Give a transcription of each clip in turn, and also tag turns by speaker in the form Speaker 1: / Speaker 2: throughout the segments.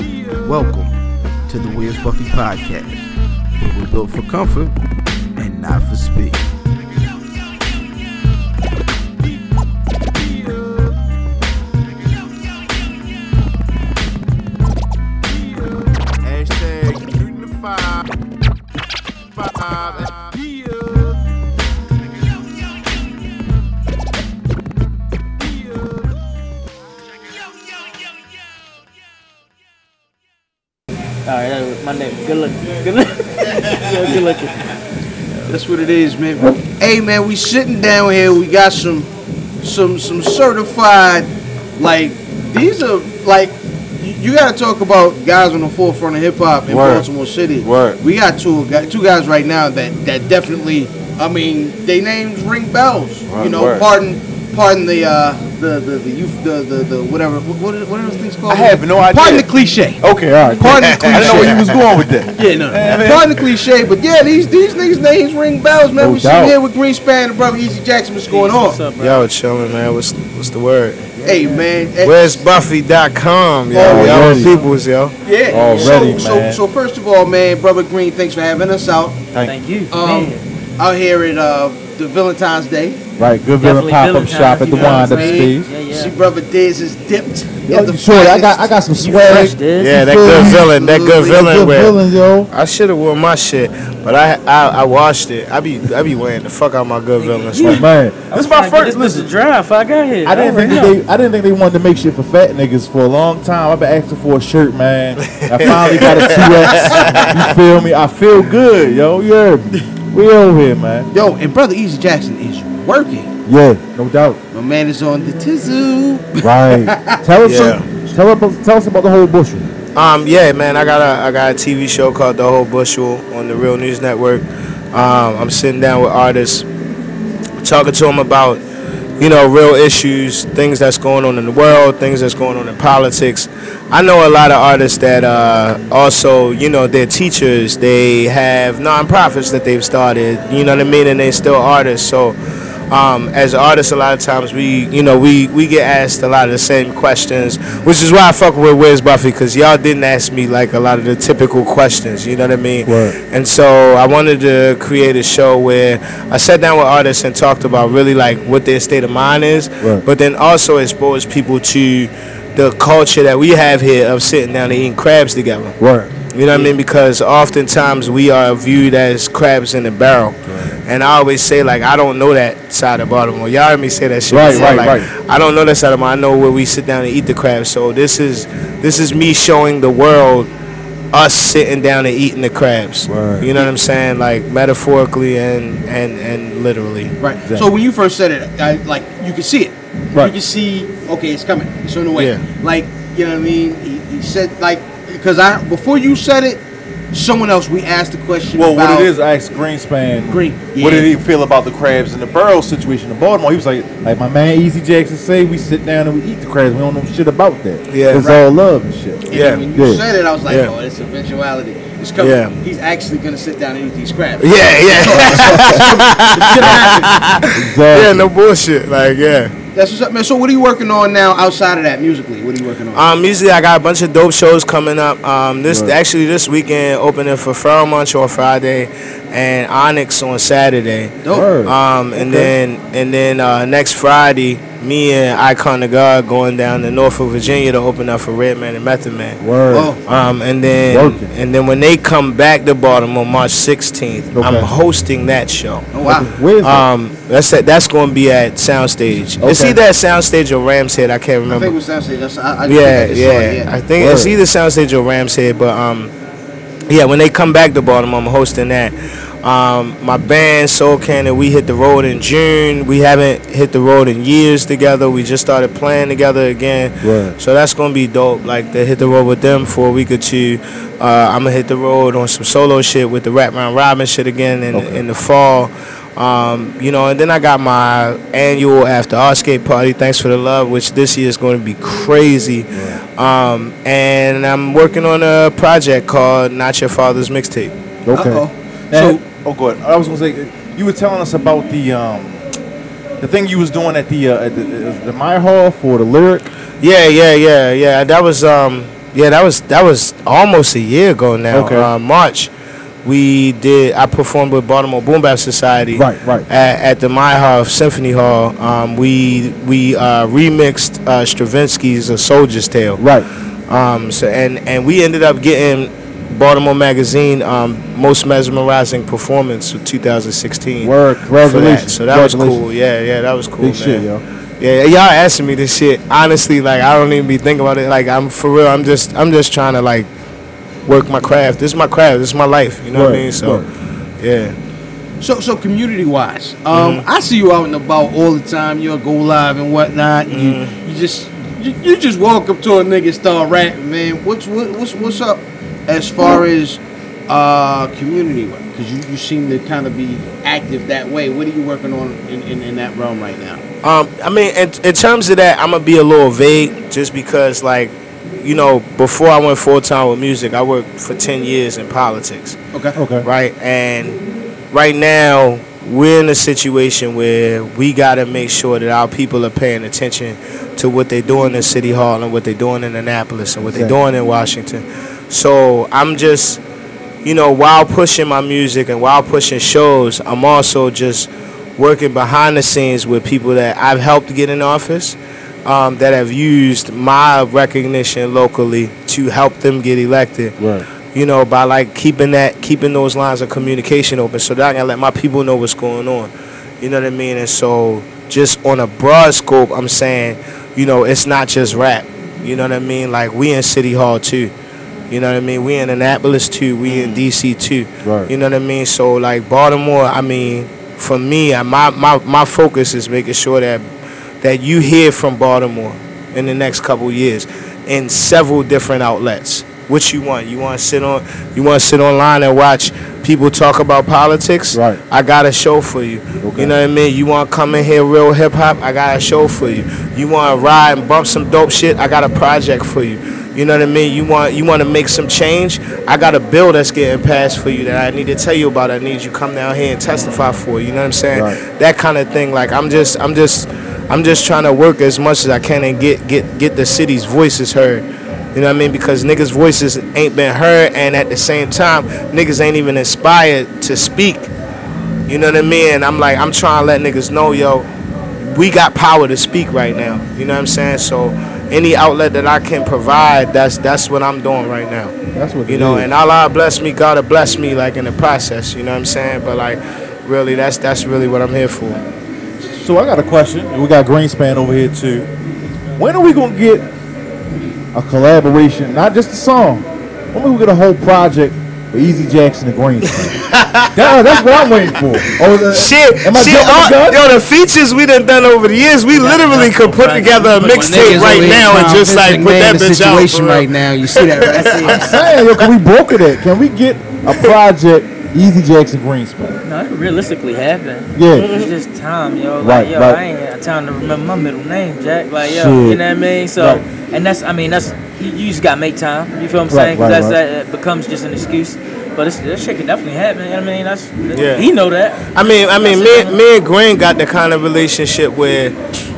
Speaker 1: Welcome to the Where's Buffy podcast, where we're built for comfort and not for speed. Hashtag
Speaker 2: All right, that was my name. Good looking. Good looking. Yo, good looking.
Speaker 1: That's what it is, man. Hey, man, we sitting down here. We got some, some, some certified. Like these are like you, you got to talk about guys on the forefront of hip hop in
Speaker 3: Word.
Speaker 1: Baltimore City.
Speaker 3: Word.
Speaker 1: We got two guys, two guys right now that that definitely. I mean, they names ring bells. you
Speaker 3: Word,
Speaker 1: know,
Speaker 3: word.
Speaker 1: pardon, pardon the uh the the the youth the the, the whatever what what are, what are those things called?
Speaker 3: I have no idea.
Speaker 1: Pardon the cliche.
Speaker 3: Okay, all right.
Speaker 1: Pardon the
Speaker 3: I didn't know where
Speaker 1: cliche.
Speaker 3: you was going with that.
Speaker 1: Yeah, no. Pardon the cliche, but yeah, these these niggas names ring bells, man.
Speaker 3: No
Speaker 1: we sitting
Speaker 3: doubt.
Speaker 1: here with Greenspan and brother Easy Jackson. What's going
Speaker 2: What's
Speaker 1: on?
Speaker 2: up, bro?
Speaker 4: Yo, chilling, man. What's what's the word?
Speaker 1: Hey, man. eh,
Speaker 4: Where's Buffy.com, yo?
Speaker 1: Oh,
Speaker 4: y'all
Speaker 3: already.
Speaker 4: peoples, yo.
Speaker 1: yeah.
Speaker 3: Already,
Speaker 1: so,
Speaker 3: man.
Speaker 1: So, so first of all, man, brother Green, thanks for having us out
Speaker 2: Thank you.
Speaker 1: Um,
Speaker 2: man.
Speaker 1: out here at uh, the Valentine's Day.
Speaker 3: Right, good
Speaker 2: Definitely
Speaker 3: villain pop up
Speaker 2: villain
Speaker 3: shop
Speaker 2: time,
Speaker 3: at
Speaker 2: you know
Speaker 3: the
Speaker 2: what
Speaker 3: wind up
Speaker 2: I'm saying?
Speaker 3: space.
Speaker 2: Yeah, yeah.
Speaker 1: See, brother Diz is dipped.
Speaker 3: Yo, you sure? I got I got some swag.
Speaker 2: fresh, dude.
Speaker 4: Yeah, that
Speaker 3: feel
Speaker 4: good
Speaker 3: me?
Speaker 4: villain, that good
Speaker 1: Absolutely.
Speaker 4: villain
Speaker 3: Good
Speaker 4: wear.
Speaker 3: villain, yo.
Speaker 4: I should have worn my shit, but I, I I washed it. I be I be wearing the fuck out my good villain.
Speaker 3: Oh, man, this is my
Speaker 2: I
Speaker 3: first.
Speaker 2: This was
Speaker 3: Listen,
Speaker 2: a drive. I got here.
Speaker 3: I
Speaker 2: Don't
Speaker 3: didn't think that
Speaker 2: worry,
Speaker 3: they I didn't think they wanted to make shit for fat niggas for a long time. I've been asking for a shirt, man. I finally got a two X. You feel me? I feel good, yo. You heard me? We over here, man.
Speaker 1: Yo, and brother Easy Jackson is working.
Speaker 3: Yeah, no doubt.
Speaker 1: My man is on the Tizzoo.
Speaker 3: Right. Tell us,
Speaker 4: Yeah.
Speaker 3: some, tell us, tell us about the whole bushel.
Speaker 4: Um, yeah, man, I got a I got a TV show called The Whole Bushel on the Real News Network. Um, I'm sitting down with artists, talking to them about you know real issues, things that's going on in the world, things that's going on in politics. I know a lot of artists that uh, also you know they're teachers, they have nonprofits that they've started, you know what I mean, and they're still artists. So um, as artists, a lot of times we, you know, we, we get asked a lot of the same questions, which is why I fuck with Where's Buffy, because y'all didn't ask me like a lot of the typical questions, you know what I mean?
Speaker 3: Right.
Speaker 4: And so I wanted to create a show where I sat down with artists and talked about really like what their state of mind is,
Speaker 3: Right.
Speaker 4: but then also expose people to the culture that we have here of sitting down and eating crabs together.
Speaker 3: Right.
Speaker 4: You know what I mean? Because oftentimes we are viewed as crabs in a barrel. And I always say, like, I don't know that side of Baltimore. Y'all heard me say that shit.
Speaker 3: Right,
Speaker 4: before,
Speaker 3: right,
Speaker 4: like,
Speaker 3: right.
Speaker 4: I don't know that side of Baltimore. I know where we sit down and eat the crab. So this is this is me showing the world us sitting down and eating the crabs.
Speaker 3: Word.
Speaker 4: You know what I'm saying? Like metaphorically and and and literally.
Speaker 1: Right. So when you first said it, I, like you could see it. You
Speaker 3: Right.
Speaker 1: could see, okay, it's coming. It's on the way.
Speaker 4: Yeah.
Speaker 1: Like you know what I mean? He, he said like because I before you said it, someone else we asked the question.
Speaker 3: Well,
Speaker 1: about,
Speaker 3: what it is, I asked Greenspan.
Speaker 1: Green,
Speaker 3: What did
Speaker 1: yeah.
Speaker 3: he feel about the crabs and the barrel situation in Baltimore? He was like, like my man Easy Jackson say, we sit down and we eat the crabs. We don't know shit about that.
Speaker 4: Yeah,
Speaker 3: it's
Speaker 4: right.
Speaker 3: all love and shit.
Speaker 1: And
Speaker 4: Yeah.
Speaker 1: When you
Speaker 3: Yeah.
Speaker 1: said it, I was like,
Speaker 4: Yeah.
Speaker 1: oh, it's eventuality. It's coming.
Speaker 4: Yeah.
Speaker 1: He's actually gonna sit down and eat these crabs.
Speaker 4: Yeah, yeah.
Speaker 1: It's gonna happen.
Speaker 3: Exactly.
Speaker 4: yeah, no bullshit. Like, yeah.
Speaker 1: That's what's up, man. So what are you working on now outside of that musically? What are you working on?
Speaker 4: Um, usually I got a bunch of dope shows coming up. Um, this
Speaker 3: Right.
Speaker 4: actually this weekend opening for Fairmont on Friday and Onyx on Saturday.
Speaker 1: Dope.
Speaker 3: Word.
Speaker 4: Um, and then and then uh, next Friday, me and Icon of God going down to Norfolk, Virginia to open up for Redman and Method Man.
Speaker 3: Word.
Speaker 1: Whoa.
Speaker 4: Um, and then
Speaker 3: Working.
Speaker 4: and then when they come back to Baltimore March 16th, I'm
Speaker 3: Okay.
Speaker 4: hosting that show.
Speaker 1: Oh wow.
Speaker 3: Where's that?
Speaker 4: Um, that's that, that's going to be at Soundstage. It's
Speaker 3: Okay.
Speaker 4: either at Soundstage or Ramshead. I can't
Speaker 1: I
Speaker 4: remember.
Speaker 1: think what's that say? That's I, I
Speaker 4: Yeah,
Speaker 1: think I just saw
Speaker 4: yeah.
Speaker 1: it,
Speaker 4: I think it's
Speaker 3: Word.
Speaker 4: either Soundstage or Rams Head, but um, yeah. When they come back to Baltimore, I'm hosting that. Um, my band Soul Cannon, we hit the road in June. We haven't hit the road in years together. We just started playing together again.
Speaker 3: Right.
Speaker 4: So that's gonna be dope. Like to hit the road with them for a week or two. Uh, I'm gonna hit the road on some solo shit with the Wrap Round Robin shit again in,
Speaker 3: Okay.
Speaker 4: in the fall. Um, you know, and then I got my annual after Artscape party. Thanks for the love, which this year is going to be crazy. Um, and I'm working on a project called Not Your Father's Mixtape.
Speaker 3: okay.
Speaker 1: Uh-oh.
Speaker 3: And-
Speaker 1: So-
Speaker 3: oh, good. I was gonna say, you were telling us about the um, the thing you was doing at the uh, at the, uh, the Meyer Hall for the lyric.
Speaker 4: Yeah, yeah, yeah, yeah. That was um, Yeah, that was that was almost a year ago now.
Speaker 3: Okay.
Speaker 4: Uh, March, we did. I performed with Baltimore Boom Bap Society.
Speaker 3: Right, right.
Speaker 4: At, at the Meyerhoff Symphony Hall, um, we we uh, remixed uh, Stravinsky's "A Soldier's Tale."
Speaker 3: Right.
Speaker 4: Um, so and and we ended up getting Baltimore Magazine um, most mesmerizing performance of 2016.
Speaker 3: Word.
Speaker 4: for that.
Speaker 3: Congratulations.
Speaker 4: So that was
Speaker 3: Congratulations.
Speaker 4: cool. Yeah, yeah, that was cool,
Speaker 3: Big
Speaker 4: man.
Speaker 3: shit, yo.
Speaker 4: Yeah, y'all asking me this shit. Honestly, like I don't even be thinking about it. Like I'm for real. I'm just I'm just trying to like work my craft. This is my craft. This is my life. You know what
Speaker 3: Word,
Speaker 4: I mean? So
Speaker 3: word.
Speaker 4: yeah,
Speaker 1: So, so community wise, um, I see you out and about all the time. You'll go live and whatnot. and You, you just, you, you just walk up to a nigga and start rapping, man. What's what, what's what's up as far as uh, community wise? Because you, you seem to kind of be active that way. What are you working on in, in, in that realm right now?
Speaker 4: um, I mean, in, in terms of that, I'm gonna be a little vague just because like you know before I went full time with music, I worked for ten years in politics.
Speaker 1: Okay.
Speaker 3: Okay.
Speaker 4: right? And right now, we're in a situation where we got to make sure that our people are paying attention to what they're doing in City Hall and what they're doing in Annapolis and what they're
Speaker 3: Exactly.
Speaker 4: doing in Washington. So I'm just, you know, while pushing my music and while pushing shows, I'm also just working behind the scenes with people that I've helped get in office. Um, that have used my recognition locally to help them get elected
Speaker 3: Right.
Speaker 4: you know, by like keeping that, keeping those lines of communication open, so that I can let my people know what's going on. You know what I mean? And so, just on a broad scope, I'm saying, you know, it's not just rap. You know what I mean? Like we in City Hall too. You know what I mean? We in Annapolis too. We in DC too.
Speaker 3: Right.
Speaker 4: You know what I mean? So like Baltimore, I mean, for me, I, my my my focus is making sure that that you hear from Baltimore in the next couple years in several different outlets. What you want? You want to sit on? You want to sit online and watch people talk about politics?
Speaker 3: Right.
Speaker 4: I got a show for you.
Speaker 3: Okay.
Speaker 4: You know what I mean? You want to come in here real hip hop? I got a show for you. You want to ride and bump some dope shit? I got a project for you. You know what I mean? You want you want to make some change? I got a bill that's getting passed for you that I need to tell you about. I need you come down here and testify for. You know what I'm saying?
Speaker 3: Right.
Speaker 4: That kind of thing. Like I'm just I'm just I'm just trying to work as much as I can and get get get the city's voices heard. You know what I mean? Because niggas' voices ain't been heard, and at the same time, niggas ain't even inspired to speak. You know what I mean? And I'm like, I'm trying to let niggas know, yo, we got power to speak right now. You know what I'm saying? So any outlet that I can provide, that's that's what I'm doing right now.
Speaker 3: That's what
Speaker 4: You
Speaker 3: it
Speaker 4: know,
Speaker 3: is.
Speaker 4: and Allah bless me, God will bless me, like in the process. You know what I'm saying? But like, really, that's that's really what I'm here for.
Speaker 3: So I got a question. We got Greenspan over here too. When are we gonna get a collaboration? Not just a song. When we gonna get a whole project with Easy Jackson and Greenspan? that, that's what I'm waiting for. Oh, the,
Speaker 4: Shit,
Speaker 3: Am I
Speaker 4: shit,
Speaker 3: jumping the
Speaker 4: all-
Speaker 3: gun?
Speaker 4: yo, the features we done done over the years, we literally could put together a mixtape right now and just like put that bitch out. For
Speaker 1: situation
Speaker 4: real.
Speaker 1: right now. You see that? Right? I see it.
Speaker 3: I'm saying, yo, can we broker that? Can we get a project Easy Jackson Greenspan?
Speaker 2: No, it could realistically happen.
Speaker 3: Yeah.
Speaker 2: It's just time, yo. Like,
Speaker 3: Right,
Speaker 2: yo,
Speaker 3: right.
Speaker 2: I ain't got time to remember my middle name, Jack. Like, yo,
Speaker 3: Shit.
Speaker 2: you know what I mean? So,
Speaker 3: Right.
Speaker 2: and that's, I mean, that's, you, you just gotta make time. You feel what I'm
Speaker 3: Right,
Speaker 2: saying? 'Cause
Speaker 3: right,
Speaker 2: that's, that, that becomes just an excuse. But it's, that shit could definitely happen. You know what I mean? That's,
Speaker 4: Yeah.
Speaker 2: he know that.
Speaker 4: I mean, I mean, me, me and Green got the kind of relationship where,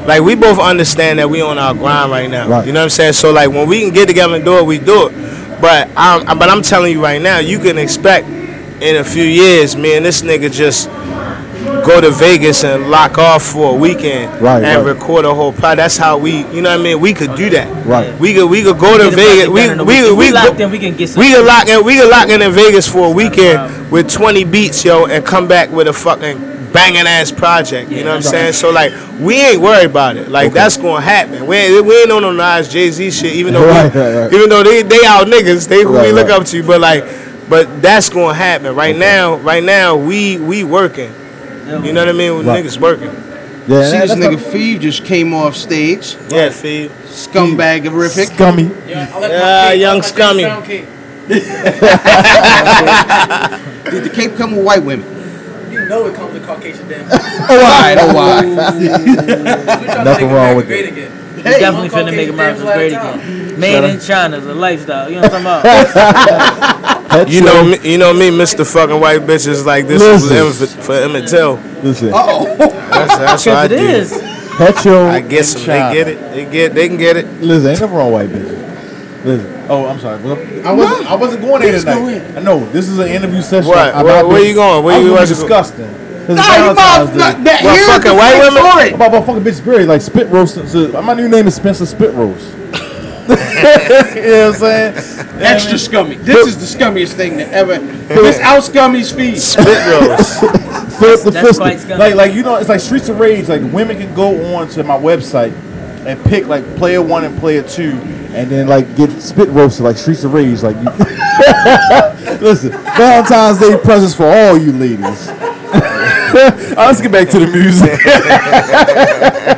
Speaker 4: like, we both understand that we on our grind right now.
Speaker 3: Right.
Speaker 4: You know what I'm saying? So like, when we can get together and do it, we do it. But um, but I'm telling you right now, you can expect in a few years, me and this nigga just go to Vegas and lock off for a weekend
Speaker 3: Right,
Speaker 4: and
Speaker 3: right.
Speaker 4: record a whole pod. That's how we, you know what I mean? We could do that.
Speaker 3: Right.
Speaker 4: We could we could go to
Speaker 2: Get a
Speaker 4: Vegas.
Speaker 2: project
Speaker 4: We
Speaker 2: done in a week.
Speaker 4: we
Speaker 2: If we
Speaker 4: we
Speaker 2: locked
Speaker 4: go-
Speaker 2: in, we can get some-
Speaker 4: we could lock in. We could lock in in Vegas for a weekend
Speaker 2: problem.
Speaker 4: with 20 beats, yo, and come back with a fucking banging ass project. You
Speaker 2: Yeah,
Speaker 4: know what I'm
Speaker 2: that's
Speaker 4: saying? So like, we ain't worried about it. Like that's gonna happen. We ain't, we ain't on no Nas Jay Z shit. Even though
Speaker 3: Right,
Speaker 4: we,
Speaker 3: right, right.
Speaker 4: even though they they our niggas, they who we
Speaker 3: Right,
Speaker 4: look
Speaker 3: right.
Speaker 4: up to. But like, but that's gonna happen. Right now, right now we we working. You know what I mean?
Speaker 3: Right.
Speaker 4: Niggas working.
Speaker 3: Yeah,
Speaker 1: See
Speaker 3: that-
Speaker 1: this
Speaker 3: that's
Speaker 1: nigga Feve just came off stage.
Speaker 4: Yeah, Fee.
Speaker 1: Scumbag
Speaker 3: not
Speaker 1: horrific.
Speaker 3: scummy.
Speaker 4: Yeah, young scummy.
Speaker 1: Did the cape come with white women?
Speaker 5: You know it comes with Caucasian damn.
Speaker 1: Oh, why? Oh, why?
Speaker 3: Nothing wrong with
Speaker 5: great
Speaker 3: it.
Speaker 5: again.
Speaker 2: You
Speaker 1: Hey,
Speaker 2: definitely
Speaker 5: one
Speaker 2: finna make
Speaker 5: Caucasian
Speaker 2: America
Speaker 5: damn
Speaker 2: great
Speaker 5: flag
Speaker 2: again. Made in China is a lifestyle. You know what I'm talking about?
Speaker 4: You know me, you know me, Mr. Fucking White Bitches. Like this was
Speaker 3: Listen.
Speaker 4: em- for, for Emmett Till.
Speaker 3: Listen,
Speaker 1: oh.
Speaker 4: That's, that's what I
Speaker 2: Because it
Speaker 4: do.
Speaker 2: is.
Speaker 3: Petro.
Speaker 4: I guess
Speaker 3: and
Speaker 4: them. They
Speaker 3: China.
Speaker 4: get it. They get. They can get it.
Speaker 3: Listen, ain't nothing wrong with white bitches. Listen. Oh, I'm sorry. Well, I wasn't. I wasn't going there
Speaker 1: Please
Speaker 3: tonight.
Speaker 1: go in.
Speaker 3: I know this is an interview session.
Speaker 4: Right,
Speaker 3: about
Speaker 4: where- where
Speaker 3: this.
Speaker 4: you going? Where
Speaker 3: I was
Speaker 4: you-
Speaker 3: gonna
Speaker 4: where's
Speaker 3: be
Speaker 4: you go-
Speaker 3: disgusting. 'Cause it's
Speaker 1: Nah, you about
Speaker 3: Valentine's Day.
Speaker 1: not that
Speaker 4: Well,
Speaker 1: here's
Speaker 4: fucking
Speaker 1: the
Speaker 4: white
Speaker 1: thing
Speaker 4: women-
Speaker 1: for it.
Speaker 3: My motherfucking bitch Berry, like spit roast. uh, My new name is Spencer Spit Roast. you know what I'm saying?
Speaker 1: Extra scummy. This is the scummiest thing that ever. This out scummy's feet.
Speaker 4: Spit roast.
Speaker 3: Flip the
Speaker 2: That's
Speaker 3: fist.
Speaker 2: quite scummy.
Speaker 3: Like, like you know, it's like Streets of Rage. Like women can go on to my website and pick like player one and player two, and then like get spit roasted like Streets of Rage. Like, you listen, Valentine's Day presents for all you ladies. Let's get back to the music.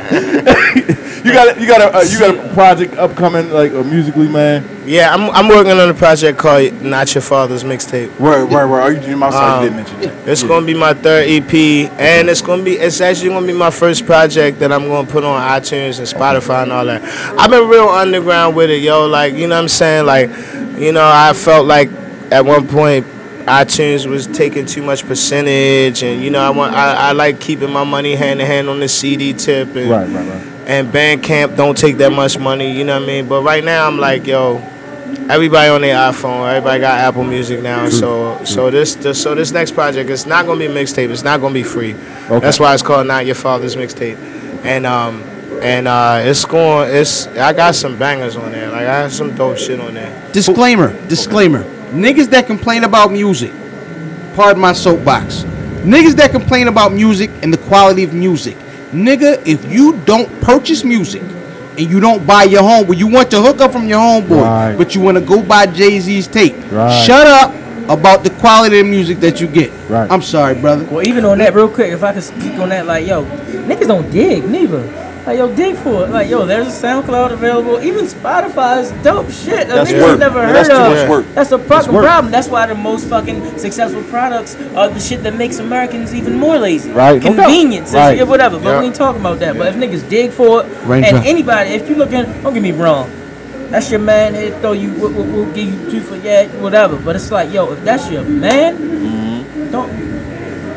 Speaker 3: you got a- you got a uh, you got a project upcoming like uh, musically, man.
Speaker 4: yeah, I'm, I'm working on a project called Not Your Father's Mixtape.
Speaker 3: Right, right, right. Are you doing my
Speaker 4: sorry, you did
Speaker 3: mention that.
Speaker 4: It's gonna be my third EP, and it's gonna be it's actually gonna be my first project that I'm gonna put on iTunes and Spotify and all that. I've been real underground with it, yo. Like you know what I'm saying? Like you know, I felt like at one point iTunes was taking too much percentage, and you know I want I, I like keeping my money hand in hand on the CD tip and
Speaker 3: Right, right, right.
Speaker 4: and Bandcamp don't take that much money, you know what I mean? But right now I'm like, yo, everybody on their iPhone, everybody got Apple Music now, so so this, this so this next project it's not gonna be a mixtape, it's not gonna be free. That's why it's called Not Your Father's Mixtape, and um and uh it's going it's I got some bangers on there, like I have some dope shit on there.
Speaker 1: Disclaimer, disclaimer. Niggas that complain about music, pardon my soapbox. Niggas that complain about music and the quality of music. Nigga, if you don't purchase music and you don't buy your home, well, you want to hook up from your homeboy,
Speaker 3: Right.
Speaker 1: but you want to go buy Jay Z's tape.
Speaker 3: Right.
Speaker 1: Shut up about the quality of music that you get.
Speaker 3: Right.
Speaker 1: I'm sorry, brother.
Speaker 2: Well, even on that, real quick, if I could speak on that, like, yo, niggas don't dig neither. Like, yo, dig for it. Like, yo, there's a SoundCloud available. Even Spotify is dope shit. That
Speaker 3: That's
Speaker 2: niggas
Speaker 3: work.
Speaker 2: never heard
Speaker 3: That's too
Speaker 2: of.
Speaker 3: much work.
Speaker 2: That's a fucking
Speaker 3: work.
Speaker 2: problem. That's why the most fucking successful products are the shit that makes Americans even more lazy.
Speaker 3: Right, no doubt.
Speaker 2: Convenience,
Speaker 3: Right.
Speaker 2: and shit, whatever. But
Speaker 4: Yeah.
Speaker 2: we ain't talking about that. But if niggas dig for it,
Speaker 1: Rain
Speaker 2: and
Speaker 1: drop.
Speaker 2: anybody, if you looking, don't get me wrong. That's your man. He'll throw you. We'll, we'll, we'll give you two for yeah, whatever. But it's like, yo, if that's your man, don't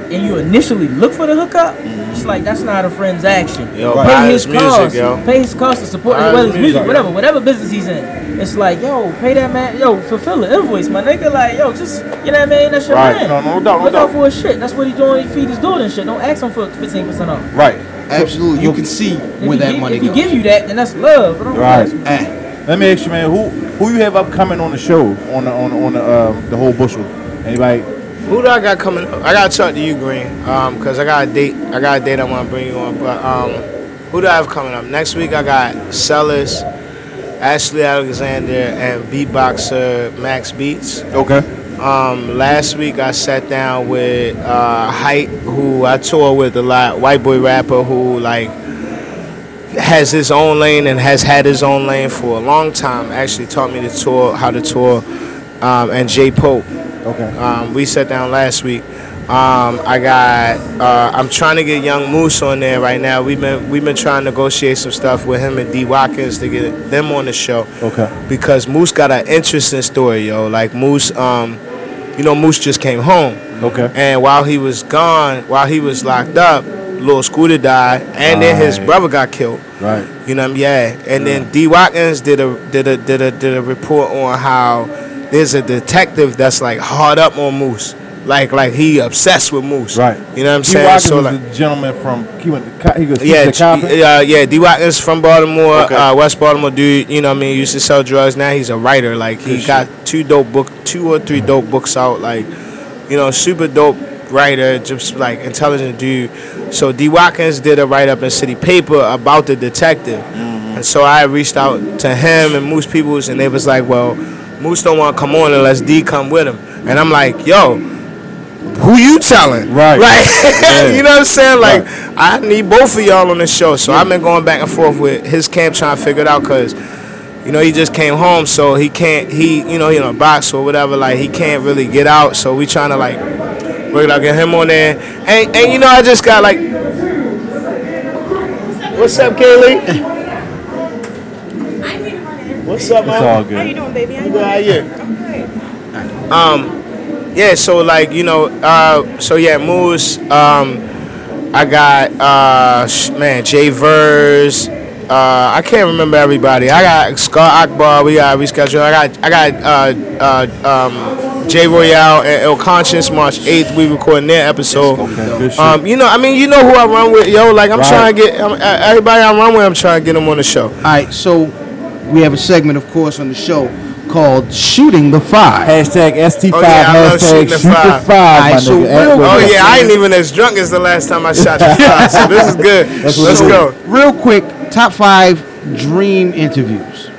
Speaker 2: and you initially look for the hookup,
Speaker 3: Mm-hmm.
Speaker 2: it's like that's not a friend's action.
Speaker 4: Yo, buy
Speaker 2: pay his
Speaker 4: his music,
Speaker 2: costs,
Speaker 4: yo.
Speaker 2: pay his costs to support
Speaker 4: Buy
Speaker 2: his, whether
Speaker 4: his
Speaker 2: it's music,
Speaker 4: music,
Speaker 2: whatever, whatever business he's in. It's like, yo, pay that man, yo, fulfill the invoice, my nigga. Like, yo, just you know what I mean? That's your man.
Speaker 3: Right. No, no doubt, no
Speaker 2: look
Speaker 3: doubt.
Speaker 2: out for his shit. That's what he doing. He feed his dude and shit. Don't ask him for fifteen percent off.
Speaker 3: Right.
Speaker 1: Absolutely. You can see
Speaker 2: If
Speaker 1: where
Speaker 2: he
Speaker 1: that
Speaker 2: give,
Speaker 1: money
Speaker 2: if he
Speaker 1: goes.
Speaker 2: give you that, then that's love. But don't
Speaker 3: Right.
Speaker 1: Eh.
Speaker 3: Let me ask you, man, who who you have upcoming on the show on the on the, on the, um, the whole bushel? Anybody?
Speaker 4: Who do I got coming up? I gotta talk to you, Green, um, cause I got a date. I got a date I wanna bring you on. But um, who do I have coming up next week? I got Sellers, Ashley Alexander, and beatboxer Max Beats.
Speaker 3: Okay.
Speaker 4: Um, last week I sat down with uh, Hype, who I tour with a lot, white boy rapper who like has his own lane and has had his own lane for a long time. Actually taught me to tour, how to tour, um, and J Pope.
Speaker 3: Okay.
Speaker 4: Um, we sat down last week. Um, I got. Uh, I'm trying to get Young Moose on there right now. We've been we've been trying to negotiate some stuff with him and D Watkins to get them on the show.
Speaker 3: Okay.
Speaker 4: Because Moose got an interesting story, yo. Like Moose, um, you know, Moose just came home.
Speaker 3: Okay.
Speaker 4: And while he was gone, while he was locked up, Lil Scooter died, and then his
Speaker 3: Right.
Speaker 4: brother got killed.
Speaker 3: Right.
Speaker 4: You know, what I mean? yeah. And then D. Watkins did a did a did a did a report on how there's a detective that's like hard up on Moose, like like he obsessed with Moose.
Speaker 3: Right.
Speaker 4: You know what I'm
Speaker 3: He
Speaker 4: saying?
Speaker 3: Watkins
Speaker 4: So
Speaker 3: was
Speaker 4: like.
Speaker 3: the gentleman from he went to co- he was he
Speaker 4: Yeah,
Speaker 3: was the cop.
Speaker 4: G- uh, yeah. D. Watkins from Baltimore,
Speaker 3: Okay.
Speaker 4: uh, West Baltimore dude. You know, what I mean, he used to sell drugs. Now he's a writer. Like he
Speaker 3: Good
Speaker 4: got two dope book, two or three dope books out. Like, you know, super dope writer, just like intelligent dude. So D. Watkins did a write up in City Paper about the detective,
Speaker 3: Mm-hmm.
Speaker 4: and so I reached out to him and Moose Peoples, and they was like, well, Moose don't want to come on unless D come with him, and I'm like, yo who you telling?
Speaker 3: Right.
Speaker 4: Like,
Speaker 3: Yeah.
Speaker 4: you know what I'm saying? Like,
Speaker 3: Right.
Speaker 4: I need both of y'all on the show. So I've been going back and forth with his camp trying to figure it out because, you know, he just came home, so he can't, he, you know, he in a box or whatever, like, he can't really get out. So we trying to, like, work it out, get him on there. And, and you know, I just got, like, what's up, Kaylee?
Speaker 6: I'm here tomorrow.
Speaker 4: What's up,
Speaker 3: It's all good.
Speaker 6: How you doing, baby? How you
Speaker 4: Good,
Speaker 6: doing?
Speaker 4: how you?
Speaker 6: I'm good.
Speaker 4: Yeah, so like you know, uh, so yeah, Moose. Um, I got uh, sh- man Jay Vers, Uh, I can't remember everybody. I got Scott Akbar. We got rescheduled. I got I got uh, uh, um, Jay Royale and El Conscience March eighth. We recording their episode.
Speaker 3: Okay, good shit.
Speaker 4: Um, you know, I mean, you know who I run with, yo. Like I'm
Speaker 3: Right.
Speaker 4: trying to get I'm, uh, everybody I run with. I'm trying to get them on the show.
Speaker 1: All right, so we have a segment, of course, on the show called "Shooting the Five.
Speaker 3: hashtag ST5,
Speaker 4: Oh, yeah, I love
Speaker 3: hashtag
Speaker 4: shooting the
Speaker 3: shoot the
Speaker 4: five.
Speaker 3: five, my
Speaker 1: Alright, so
Speaker 3: nigga. At
Speaker 1: real-
Speaker 3: Will
Speaker 4: Oh
Speaker 1: Okay.
Speaker 4: yeah, I ain't even as drunk as the last time I shot the shot. So this is good.
Speaker 3: That's what
Speaker 4: Let's
Speaker 3: it is.
Speaker 4: go.
Speaker 1: Real quick, top five dream interviews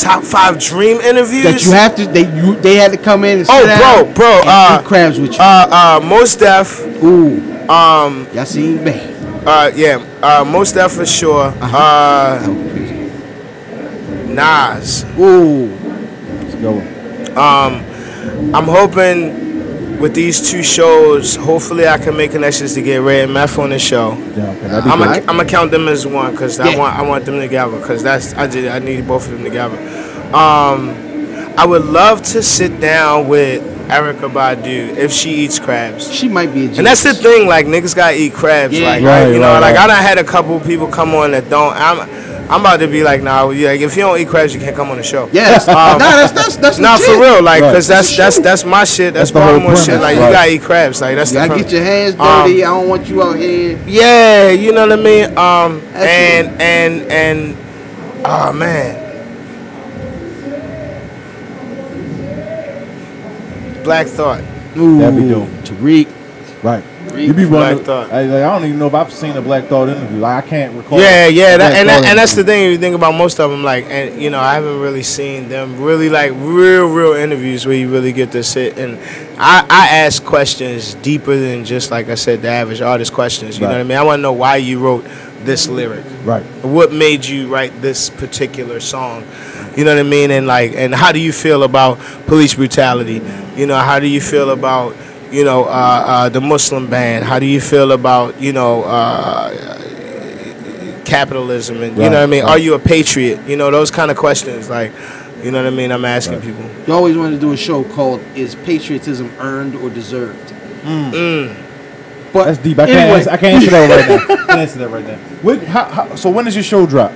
Speaker 4: Top five dream interviews.
Speaker 1: that you have to. They you they had to come in. And sit
Speaker 4: Oh, bro,
Speaker 1: down
Speaker 4: bro,
Speaker 1: and
Speaker 4: uh,
Speaker 1: do crabs with you.
Speaker 4: uh, uh, most def.
Speaker 1: Ooh,
Speaker 4: Um,
Speaker 1: y'all seen me?
Speaker 4: uh, yeah, uh, most def for sure.
Speaker 1: Uh-huh.
Speaker 4: Uh, Nas.
Speaker 1: Ooh,
Speaker 3: Go.
Speaker 4: Um, I'm hoping with these two shows, hopefully I can make connections to get Ray and Meth on the show.
Speaker 3: Down, okay, that'd be
Speaker 4: I'm
Speaker 3: good.
Speaker 4: gonna I'm count them as one because I
Speaker 1: Yeah.
Speaker 4: want I want them together because that's I did I need both of them together. Um, I would love to sit down with Erica Badu if she eats crabs.
Speaker 1: she might be a genius.
Speaker 4: And that's the thing, like niggas gotta eat crabs,
Speaker 1: Yeah.
Speaker 4: like
Speaker 3: Right,
Speaker 4: right, you know,
Speaker 3: right,
Speaker 4: like
Speaker 3: right.
Speaker 4: I done had a couple people come on that don't. I'm, I'm about to be like, nah, well, yeah, like, if you don't eat crabs, you can't come on the show.
Speaker 1: Yes, nah,
Speaker 4: Um,
Speaker 1: that's that's that's
Speaker 4: Nah,
Speaker 1: legit.
Speaker 4: for real, like,
Speaker 3: Right.
Speaker 4: cause that's that's that's my shit. That's,
Speaker 3: That's the whole
Speaker 4: Baltimore shit.
Speaker 3: premise,
Speaker 4: Like,
Speaker 3: right.
Speaker 4: you gotta eat crabs. Like, that's
Speaker 1: You gotta
Speaker 4: the
Speaker 1: get your hands
Speaker 4: Um,
Speaker 1: dirty. I don't want you out here.
Speaker 4: Yeah, you know what I mean. Um,
Speaker 1: Absolutely.
Speaker 4: and and and oh man, Black Thought.
Speaker 1: Ooh,
Speaker 3: That'd be dope.
Speaker 1: Tariq.
Speaker 3: Right. You be
Speaker 4: Black
Speaker 3: running.
Speaker 4: Thought.
Speaker 3: I, like, I don't even know if I've seen a Black Thought interview. Like I can't recall.
Speaker 4: Yeah, yeah, that,
Speaker 3: a Black
Speaker 4: and
Speaker 3: Thought
Speaker 4: that, and that's the
Speaker 3: interview.
Speaker 4: thing. You think about most of them, like, and you know, I haven't really seen them really like real, real interviews where you really get to sit and I, I ask questions deeper than just like I said, the average artist questions. You know
Speaker 3: Right.
Speaker 4: what I mean? I want to know why you wrote this lyric.
Speaker 3: Right.
Speaker 4: What made you write this particular song? You know what I mean? And like, and how do you feel about police brutality? You know, how do you feel about you know uh, uh, the Muslim ban? How do you feel about you know? Uh, capitalism and you
Speaker 3: Right,
Speaker 4: know what I mean?
Speaker 3: right.
Speaker 4: Are you a patriot? You know, those kind of questions like you know what I mean? I'm asking people.
Speaker 1: You always wanted to do a show called "Is Patriotism Earned or Deserved?"
Speaker 7: Mm.
Speaker 1: But
Speaker 3: Mm. That's deep. I can't.
Speaker 1: anyway,
Speaker 3: Answer, I can't answer that right now. I can't answer that right now. Wait, how, how, so when does your show drop?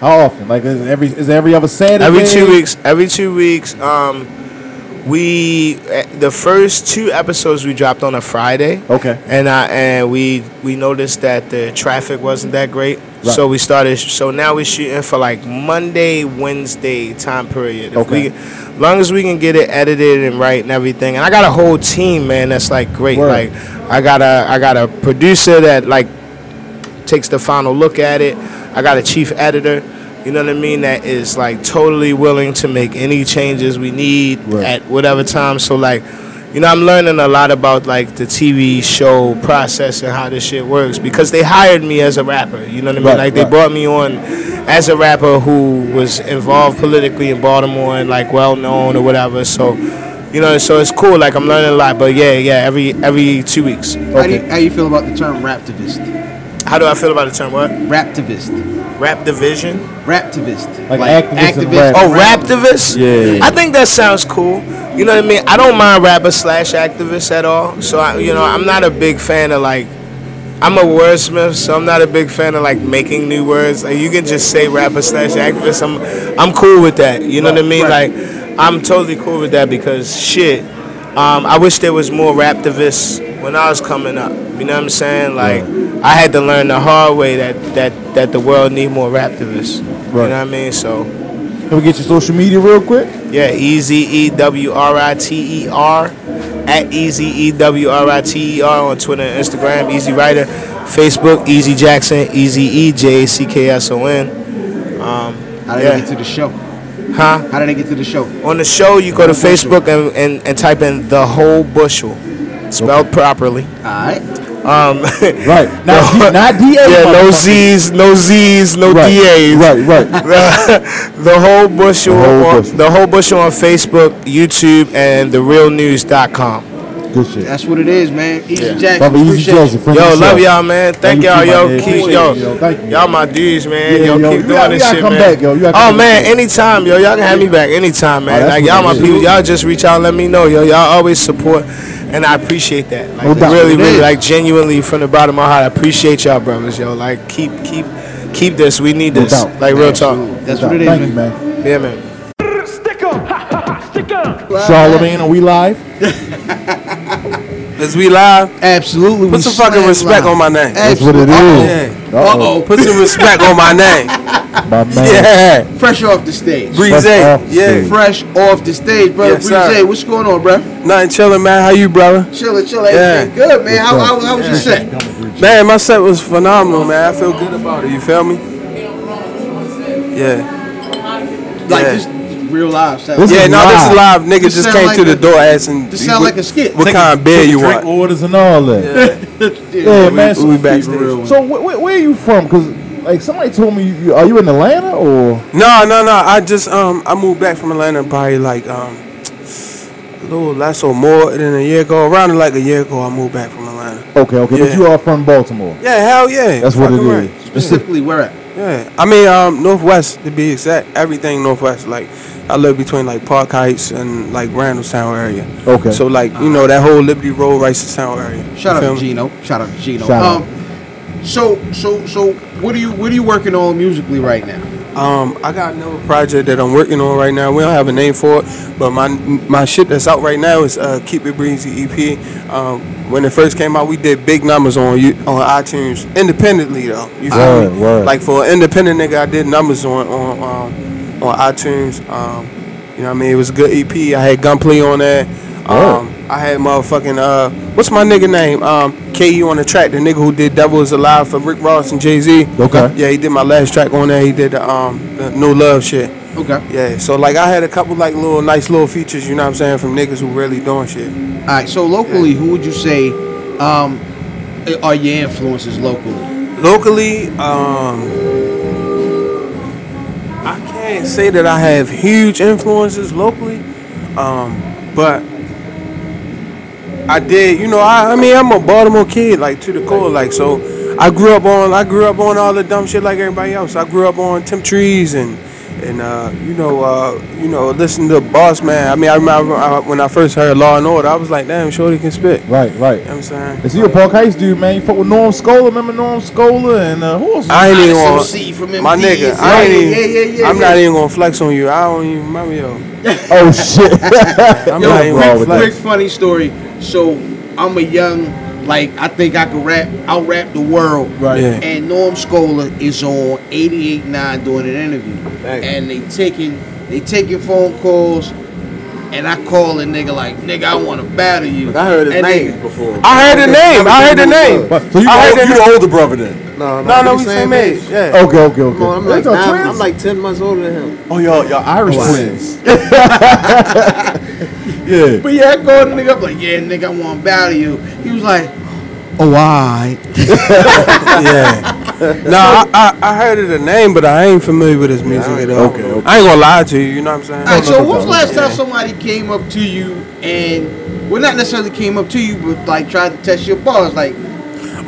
Speaker 3: How often? Like is it every is it every other Saturday?
Speaker 4: Every two weeks, every two weeks, um we eh, the first two episodes we dropped on a Friday.
Speaker 3: Okay.
Speaker 4: And I and we we noticed that the traffic wasn't that great.
Speaker 3: Right.
Speaker 4: So we started so now we're shooting for like Monday, Wednesday time period. If
Speaker 3: Okay.
Speaker 4: we long as we can get it edited and right and everything. And I got a whole team, man, that's like great.
Speaker 3: Word.
Speaker 4: Like I got a I got a producer that like takes the final look at it. I got a chief editor, you know what I mean, that is like totally willing to make any changes we need
Speaker 3: Right.
Speaker 4: at whatever time. So like, you know, I'm learning a lot about like the TV show process and how this shit works because they hired me as a rapper. You know what I mean?
Speaker 3: Right,
Speaker 4: like they
Speaker 3: right.
Speaker 4: brought me on as a rapper who was involved politically in Baltimore and like well known or whatever. So, you know, so it's cool. Like I'm learning a lot. But yeah, yeah, every every two weeks.
Speaker 3: Oh.
Speaker 1: how, do you, how you feel about the term "raptivist"?
Speaker 4: How do I feel about the term? What?
Speaker 1: Raptivist.
Speaker 4: Rap division.
Speaker 1: Raptivist.
Speaker 3: Like activist and rap.
Speaker 4: Oh, raptivist?
Speaker 3: Yeah.
Speaker 4: I think that sounds cool. You know what I mean? I don't mind rapper slash activist at all. So, I, you know, I'm not a big fan of like, I'm a wordsmith, so I'm not a big fan of like making new words. Like, you can just say rapper slash activist. I'm, I'm cool with that. You know what I mean? Like, I'm totally cool with that because shit. Um, I wish there was more raptivists when I was coming up. You know what I'm saying? Like, I had to learn the hard way that that that the world need more raptivists. You know
Speaker 3: Right.
Speaker 4: what I mean? So.
Speaker 3: Can we get your social media real quick?
Speaker 4: Yeah, E Z E W R I T E R at E Z E W R I T E R on Twitter and Instagram, Easy Writer, Facebook, Easy Jackson, E Z E J A C K S O N. Um,
Speaker 3: Oh,
Speaker 1: How did they get
Speaker 4: yeah.
Speaker 1: to the show?
Speaker 4: Huh?
Speaker 1: How did they get to the show?
Speaker 4: On the show, you go to Facebook and, and, and type in the whole bushel, spelled properly.
Speaker 1: All right.
Speaker 4: Um,
Speaker 3: Right. Not D- not DA.
Speaker 4: yeah, no
Speaker 3: motherfucker.
Speaker 4: Z's, no Z's, no
Speaker 3: Right.
Speaker 4: DA's.
Speaker 3: Right. Right.
Speaker 4: the, the whole bushel,
Speaker 3: The whole
Speaker 4: on,
Speaker 3: bushel.
Speaker 4: the whole bushel on Facebook, YouTube, and therealnews.com.
Speaker 3: Good shit.
Speaker 1: That's what it is, man. Easy
Speaker 4: Yeah.
Speaker 1: Jackson.
Speaker 3: Brother Easy
Speaker 1: appreciate
Speaker 3: Joseph.
Speaker 1: you.
Speaker 3: friend of
Speaker 4: Yo,
Speaker 3: the
Speaker 4: love
Speaker 3: show.
Speaker 4: y'all, man. Thank
Speaker 3: Thank you,
Speaker 4: y'all,
Speaker 3: my
Speaker 4: yo,
Speaker 3: man.
Speaker 4: keep
Speaker 3: Appreciate
Speaker 4: yo,
Speaker 3: it, yo. Thank you.
Speaker 4: y'all my dudes, man.
Speaker 3: Yeah,
Speaker 4: yo,
Speaker 3: yo,
Speaker 4: keep
Speaker 3: we
Speaker 4: doing
Speaker 3: gotta- we
Speaker 4: this
Speaker 3: gotta
Speaker 4: shit,
Speaker 3: come
Speaker 4: man.
Speaker 3: back, yo. You gotta
Speaker 4: oh
Speaker 3: come
Speaker 4: man,
Speaker 3: back. Oh,
Speaker 4: anytime, yo. Y'all can have me back anytime, man.
Speaker 3: that's
Speaker 4: like
Speaker 3: what
Speaker 4: y'all my
Speaker 3: it is.
Speaker 4: people. Y'all just reach out, let me know, yo. Y'all always support, and I appreciate that. Like
Speaker 3: No doubt.
Speaker 4: really,
Speaker 1: It
Speaker 4: really,
Speaker 1: is.
Speaker 4: like genuinely from the bottom of my heart, I appreciate y'all, brothers, yo. Like keep, keep, keep this. We need
Speaker 3: No
Speaker 4: this.
Speaker 3: doubt.
Speaker 4: Like real talk.
Speaker 1: Absolutely. That's what it is,
Speaker 3: Thank
Speaker 1: man.
Speaker 3: you, man.
Speaker 4: Yeah, man.
Speaker 3: Charlemagne, are we live?
Speaker 7: Is we live?
Speaker 1: Absolutely.
Speaker 7: Put
Speaker 1: we
Speaker 7: some fucking
Speaker 1: slang
Speaker 7: respect
Speaker 1: line.
Speaker 7: on my name.
Speaker 3: That's what it is.
Speaker 7: Yeah.
Speaker 3: Uh-oh.
Speaker 7: Put some respect on my name.
Speaker 3: Uh-huh. My man.
Speaker 7: Yeah.
Speaker 1: Fresh off the stage.
Speaker 3: That's
Speaker 7: Breeze A.
Speaker 3: off the
Speaker 7: Yeah.
Speaker 3: stage.
Speaker 1: Fresh off the stage, brother.
Speaker 7: Yes,
Speaker 1: we
Speaker 7: sir.
Speaker 1: say, what's going on, bro?
Speaker 7: Nothing chilling, man. How you, brother?
Speaker 1: Chilling, chilling. Everything good, man. How, how, how was your set?
Speaker 7: Man, my set was phenomenal, man. I feel good about it. You feel me? Yeah.
Speaker 1: Like,
Speaker 7: Yeah.
Speaker 1: just real live set.
Speaker 3: This
Speaker 7: Yeah,
Speaker 3: is
Speaker 7: no, this is live. Nigga
Speaker 1: This
Speaker 7: just
Speaker 1: sound
Speaker 7: came
Speaker 1: like
Speaker 7: through
Speaker 1: a-
Speaker 7: the door asking
Speaker 1: this sound
Speaker 7: what-
Speaker 1: like a skit.
Speaker 7: What kind of beer
Speaker 3: Drink
Speaker 7: you want?
Speaker 3: orders and all that. Yeah,
Speaker 7: Yeah, we-
Speaker 3: man. so-
Speaker 7: we backstage.
Speaker 3: So wh- wh- where are you from? Because like somebody told me, you, you, are you in Atlanta or
Speaker 7: No, no, no. I just um I moved back from Atlanta probably like um a little less or more than a year ago. Around like a year ago, I moved back from Atlanta.
Speaker 3: okay, okay? But
Speaker 7: Yeah.
Speaker 3: you are from Baltimore.
Speaker 7: Yeah, hell yeah.
Speaker 3: That's what it
Speaker 7: Fucking
Speaker 3: is.
Speaker 7: right.
Speaker 1: Specifically, where at?
Speaker 7: Yeah, I mean um Northwest to be exact. Everything Northwest. Like I live between like Park Heights and like Randallstown area.
Speaker 3: Okay.
Speaker 7: So like you know that whole Liberty Road, Ricerstown area.
Speaker 1: Shout out
Speaker 7: You feel
Speaker 1: to
Speaker 7: me?
Speaker 1: Gino. Shout out to Gino.
Speaker 3: Shout out.
Speaker 1: um, So, so, so, what are you, what are you working on musically right now?
Speaker 7: Um, I got another project that I'm working on right now. We don't have a name for it, but my my shit that's out right now is uh, Keep It Breezy EP. Um, when it first came out, we did big numbers on you on iTunes independently though. You feel
Speaker 3: Word,
Speaker 7: me?
Speaker 3: word.
Speaker 7: Like for an independent nigga, I did numbers on on um, on iTunes. Um, you know what I mean? It was a good EP. I had Gunplay on there. Um, I had motherfucking uh, what's my nigga name? Um, KU on the track, the nigga who did Devil Is Alive for Rick Ross and Jay Z.
Speaker 3: Okay.
Speaker 7: Yeah, he did my last track on there. He did the, um the No Love shit.
Speaker 1: Okay.
Speaker 7: Yeah, so like I had a couple like little nice little features, you know what I'm saying, from niggas who really doing shit.
Speaker 1: All right. So locally, who would you say um, are your influences locally?
Speaker 7: Locally, um I can't say that I have huge influences locally, um, but I did, you know, I, I mean I'm a Baltimore kid, like to the core, like so I grew up on I grew up on all the dumb shit like everybody else. I grew up on Tim Trees and and uh, you know uh, you know listen to Boss Man. I mean I remember uh, when I first heard Law and Order, I was like, damn, Shorty can spit. You know
Speaker 3: Right, right.
Speaker 7: what I'm saying?
Speaker 3: And so you're a Park Heights dude, man. You fuck with Norm Scola. Remember Norm Scola and uh, who else?
Speaker 7: I ain't even
Speaker 1: Honest
Speaker 7: gonna-
Speaker 1: MC from MDs,
Speaker 7: my nigga. I ain't even,
Speaker 1: yeah, yeah, yeah,
Speaker 7: I'm
Speaker 1: yeah.
Speaker 7: not even gonna flex on you. I don't even remember yo.
Speaker 3: oh shit.
Speaker 7: I'm
Speaker 1: Yo,
Speaker 7: not even gonna
Speaker 1: quick,
Speaker 7: flex.
Speaker 1: quick funny story. So I'm a young, like I think I could rap. I'll rap the world.
Speaker 3: Right.
Speaker 7: Yeah.
Speaker 1: And Norm Scholar is on 88.9 doing an interview,
Speaker 7: Thanks.
Speaker 1: and they taking they taking phone calls. And I call a nigga like, nigga, I want to battle you.
Speaker 8: I heard his
Speaker 1: And they-
Speaker 8: name before.
Speaker 7: I heard the name. I heard the name.
Speaker 3: But- so you
Speaker 7: I
Speaker 3: old-
Speaker 7: heard the
Speaker 8: you the older brother then.
Speaker 7: No, no, we same age. Yeah.
Speaker 3: Okay, okay, okay.
Speaker 8: No, I'm
Speaker 3: That's
Speaker 8: like,
Speaker 3: our
Speaker 8: nine-
Speaker 3: twins.
Speaker 8: I'm like 10 months older than him.
Speaker 3: oh y'all, y'all Irish twins. yeah.
Speaker 1: But yeah, I called the nigga up like, yeah, nigga, I want to battle you. He was like, oh, why?
Speaker 7: yeah. No, I, I, I heard of the name, but I ain't familiar with his music at all.
Speaker 3: okay, okay.
Speaker 7: I ain't gonna lie to you. You know what I'm
Speaker 1: All right,
Speaker 7: saying?
Speaker 1: so when was the last time somebody came up to you and, well, not necessarily came up to you, but like tried to test your bars? Like,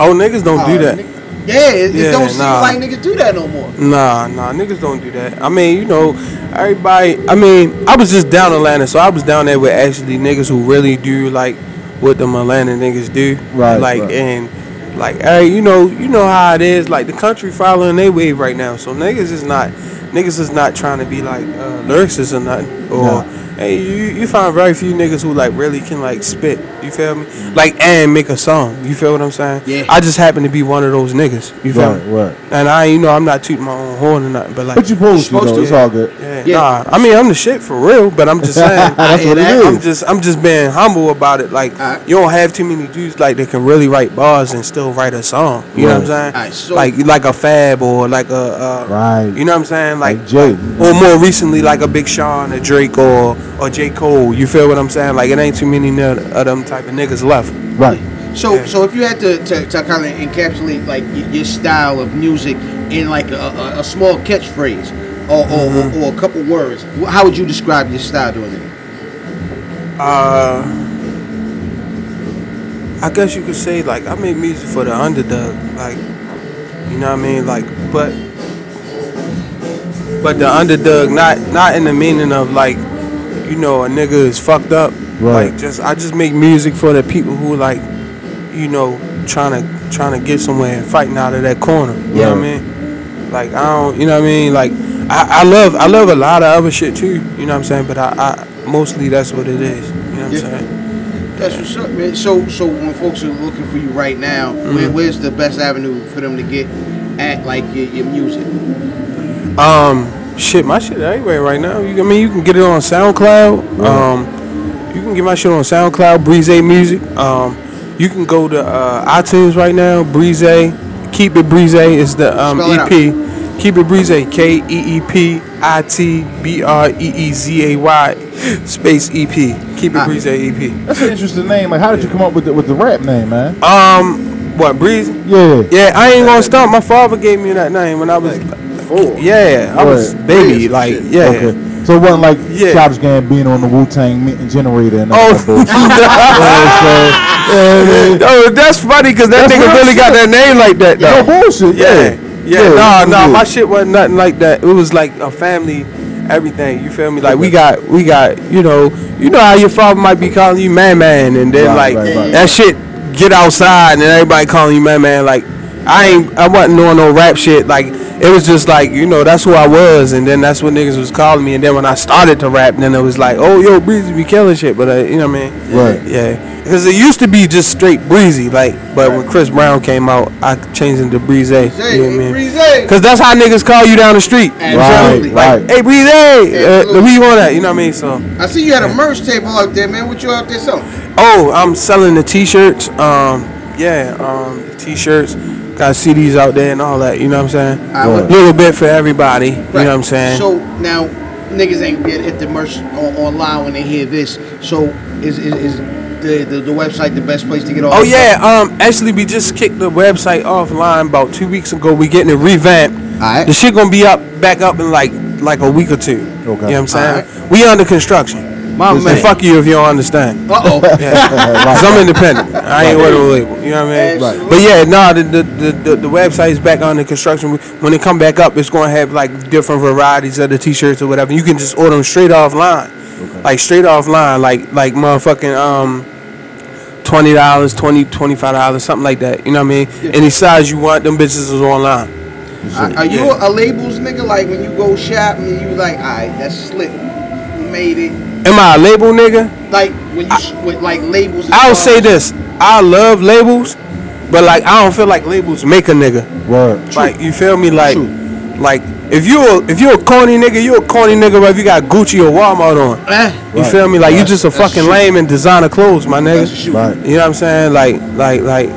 Speaker 7: Oh, niggas don't do
Speaker 1: uh,
Speaker 7: that.
Speaker 1: nigga- Yeah, it, it
Speaker 7: Yeah,
Speaker 1: don't seem
Speaker 7: nah.
Speaker 1: like niggas do that no more.
Speaker 7: Nah, nah, niggas don't do that. I mean, you know, everybody. I mean, I was just down Atlanta, so I was down there with actually niggas who really do like what them Atlanta niggas do.
Speaker 3: Right,
Speaker 7: Like
Speaker 3: right.
Speaker 7: and like, hey, you know, you know how it is. Like the country following they wave right now, so niggas is not niggas is not trying to be like uh, lyricists or nothing. Or
Speaker 3: Nah.
Speaker 7: hey, you you find very few niggas who like really can like spit. You feel me? Like and make a song. You feel what I'm saying?
Speaker 1: Yeah.
Speaker 7: I just happen to be one of those niggas. You feel
Speaker 3: Right,
Speaker 7: me?
Speaker 3: right.
Speaker 7: And I, you know, I'm not tooting my own horn or nothing, but like,
Speaker 3: But you supposed to
Speaker 7: supposed
Speaker 3: though. It's all good.
Speaker 7: yeah,
Speaker 1: Yeah.
Speaker 7: Nah, I mean, I'm the shit for real, but I'm just saying.
Speaker 3: That's
Speaker 1: hear
Speaker 3: what it
Speaker 1: that.
Speaker 3: is.
Speaker 7: I'm just, I'm just being humble about it. Like,
Speaker 1: Alright.
Speaker 7: you don't have too many dudes like that can really write bars and still write a song. You know what I'm saying?
Speaker 1: Alright, so-
Speaker 7: like, like a Fab or like a, uh,
Speaker 3: Right.
Speaker 7: You know what I'm saying? Like,
Speaker 3: Like Jay.
Speaker 7: or more recently, like a Big Sean, a Drake, or or J Cole. You feel what I'm saying? Like, it ain't too many n- of them type of niggas left.
Speaker 3: Right.
Speaker 1: So,
Speaker 7: Yeah.
Speaker 1: so if you had to, to, to kind of encapsulate like y- your style of music in like a, a, a small catchphrase or, or, or, or a couple words, wh- how would you describe your style doing it?
Speaker 7: Uh, I guess you could say like I make music for the underdog, like you know what I mean, like but but the underdog, not not in the meaning of like you know a nigga is fucked up,
Speaker 3: Right.
Speaker 7: like just I just make music for the people who like you know trying to trying to get somewhere and fighting out of that corner, you know what I mean. Like I don't, you know what I mean? Like I, I love I love a lot of other shit too. You know what I'm saying? But I, I mostly that's what it is. You know what
Speaker 1: Yeah.
Speaker 7: I'm saying?
Speaker 1: That's what's up, man. So, so when folks are looking for you right now, where, where's the best avenue for them to get at like your, your music?
Speaker 7: Um, shit, my shit everywhere right now. You, I mean, you can get it on SoundCloud. Um, you can get my shit on SoundCloud, Breeze Music. Um, you can go to uh, iTunes right now, Breeze. Keep it Breeze is the um,
Speaker 1: Spell it out.
Speaker 7: EP. Keep it Breeze, K E E P I T B R E E Z A Y space EP. Keep it
Speaker 1: Ah.
Speaker 7: Breeze E EP.
Speaker 3: That's an interesting name. Like, how did you come up with the, with the rap name, man?
Speaker 7: Um, what Breeze?
Speaker 3: Yeah.
Speaker 7: Yeah, I ain't gonna stop. My father gave me that name when I was. Yeah, I was
Speaker 3: Right.
Speaker 7: baby. Like yeah.
Speaker 3: Okay. So it wasn't like
Speaker 7: Yeah.
Speaker 3: Childish Gambino being on the Wu Tang generator and all
Speaker 7: Oh.
Speaker 3: that bullshit. Yeah, so, yeah, yeah.
Speaker 7: Oh, that's funny because that
Speaker 3: That's
Speaker 7: nigga
Speaker 3: real
Speaker 7: really got that name like that
Speaker 3: No
Speaker 7: though.
Speaker 3: bullshit.
Speaker 7: Yeah, yeah. nah,
Speaker 3: you
Speaker 7: nah.
Speaker 3: good.
Speaker 7: My shit wasn't nothing like that. It was like a family, everything. You feel me? Like we got, we got. You know, you know how your father might be calling you man man, and then
Speaker 3: Right,
Speaker 7: like
Speaker 3: right, right.
Speaker 7: that shit get outside, and then everybody calling you man man. Like I ain't, I wasn't doing no rap shit. Like it was just like you know that's who I was, and then that's what niggas was calling me. And then when I started to rap, then it was like, oh yo, Breezy be killing shit. But uh, you know what I mean?
Speaker 3: Right.
Speaker 7: Yeah, because it used to be just straight breezy, like. But when Chris Brown came out, I changed it to breeze. You know what
Speaker 1: Hey,
Speaker 7: I mean?
Speaker 1: Breeze.
Speaker 7: Because that's how niggas call you down the street.
Speaker 1: Absolutely.
Speaker 3: Right, right.
Speaker 7: Hey, breeze. Uh,
Speaker 1: Absolutely.
Speaker 7: who you want at? You know what I mean? So.
Speaker 1: I see you had a merch table out there, man. What you out there selling?
Speaker 7: Oh, I'm selling the t-shirts. Um, yeah, um, the t-shirts. Got CDs out there and all that. You know what I'm saying?
Speaker 1: I would-
Speaker 3: Right.
Speaker 7: little bit for everybody. You know what I'm saying?
Speaker 1: So now niggas ain't get hit the merch on, online when they hear this. So is is, is the, the the website the best place to get all?
Speaker 7: Oh
Speaker 1: this stuff?
Speaker 7: yeah, um, actually we just kicked the website offline about two weeks ago. We getting it revamped.
Speaker 1: Alright.
Speaker 7: The shit gonna be up, back up in like like a week or two. Okay. You know what I'm saying? We under construction.
Speaker 1: My
Speaker 7: and
Speaker 1: man.
Speaker 7: fuck you if you don't understand.
Speaker 1: Uh oh.
Speaker 7: Cause I'm independent. I ain't with a label. You know what I mean?
Speaker 1: Absolutely.
Speaker 7: But yeah, nah, the the, the, the the website is back under construction. When it come back up, it's gonna have like different varieties of the t-shirts or whatever. You can just order them straight offline, like straight offline, like like motherfucking um. Twenty dollars, twenty, twenty-five dollars, something like that. You know what I mean? Any size you want, them bitches is online.
Speaker 1: Are, are you a labels nigga? Like when you go shopping, and you like, all right, that's slick. You made it.
Speaker 7: Am I a label nigga?
Speaker 1: Like when you sh with like labels. and
Speaker 7: I'll
Speaker 1: stuff.
Speaker 7: say this: I love labels, but like I don't feel like labels make a nigga.
Speaker 3: Word.
Speaker 7: Like you feel me? Like,
Speaker 1: True.
Speaker 7: like if you a, if you a corny nigga, you a corny nigga. But if you got Gucci or Walmart on,
Speaker 1: Eh,
Speaker 7: you
Speaker 3: Right.
Speaker 7: feel me? Like you just a
Speaker 1: That's
Speaker 7: fucking
Speaker 1: true.
Speaker 7: lame and designer clothes, my
Speaker 1: that's
Speaker 7: nigga.
Speaker 1: a shoot.
Speaker 3: Right.
Speaker 7: You know what I'm saying? Like, like, like,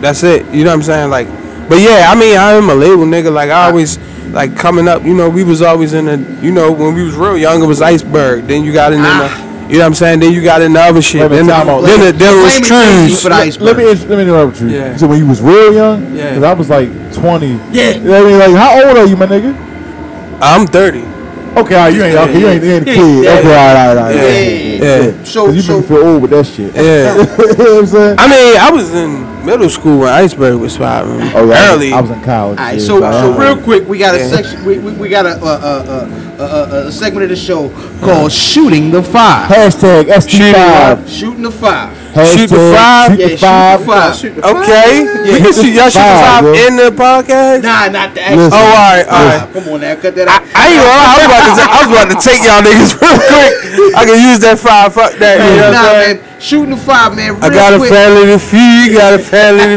Speaker 7: that's it. You know what I'm saying? Like, but yeah, I mean, I am a label nigga. Like, I always, like, coming up, you know, we was always in the, you know, when we was real young, it was Iceberg. Then you got in
Speaker 1: Ah.
Speaker 7: the, you know what I'm saying? Then you got in the other shit.
Speaker 3: Wait a
Speaker 7: Then,
Speaker 3: minute,
Speaker 7: the,
Speaker 3: time out.
Speaker 7: then, the, then was
Speaker 1: Blame it, thank you
Speaker 7: Trues.
Speaker 1: for the iceberg.
Speaker 3: Let me let me interrupt you.
Speaker 7: Yeah.
Speaker 3: So when you was real young,
Speaker 7: Yeah.
Speaker 3: because I was like 20.
Speaker 2: Yeah.
Speaker 3: You know what I mean, like how old are you, my nigga?
Speaker 7: I'm 30.
Speaker 3: Okay, all right, you ain't okay, you ain't, you ain't a kid.
Speaker 7: Yeah.
Speaker 3: Okay, all right, all right, all right.
Speaker 1: Yeah.
Speaker 7: Yeah.
Speaker 1: So-
Speaker 3: 'Cause you
Speaker 1: so-
Speaker 3: make me feel old with that shit.
Speaker 7: Yeah.
Speaker 3: you know what I'm saying?
Speaker 7: I mean, I was in middle school when Iceberg was popping.
Speaker 3: Oh yeah, I was-
Speaker 7: early.
Speaker 3: I was in college.
Speaker 1: All right,
Speaker 3: yeah,
Speaker 1: so, uh, so
Speaker 3: I-
Speaker 1: real quick, we got a
Speaker 7: Yeah.
Speaker 1: section. We, we, we got a, uh, uh, uh, uh, uh, a segment of the show called "Shooting the Five.
Speaker 3: Hashtag ST5.
Speaker 1: Shooting the five.
Speaker 3: Hashtag
Speaker 7: Shoot the five?
Speaker 3: Shoot
Speaker 1: Yeah,
Speaker 3: the five.
Speaker 1: shoot the five.
Speaker 7: okay, we can shoot, y'all shoot the
Speaker 3: Five,
Speaker 7: five
Speaker 3: bro.
Speaker 7: in the podcast.
Speaker 1: Nah, not the
Speaker 7: Oh,
Speaker 1: actual.
Speaker 7: all right, all right.
Speaker 1: Come on now, cut that
Speaker 7: I,
Speaker 1: out.
Speaker 7: I ain't gonna lie, I was about to say, I was about to take y'all niggas real quick. I can use that five. Fuck that. You know
Speaker 1: nah,
Speaker 7: what I'm saying?
Speaker 1: man. Shooting the five, man. Real
Speaker 7: I got a
Speaker 1: quick,
Speaker 7: family to feed. Got a family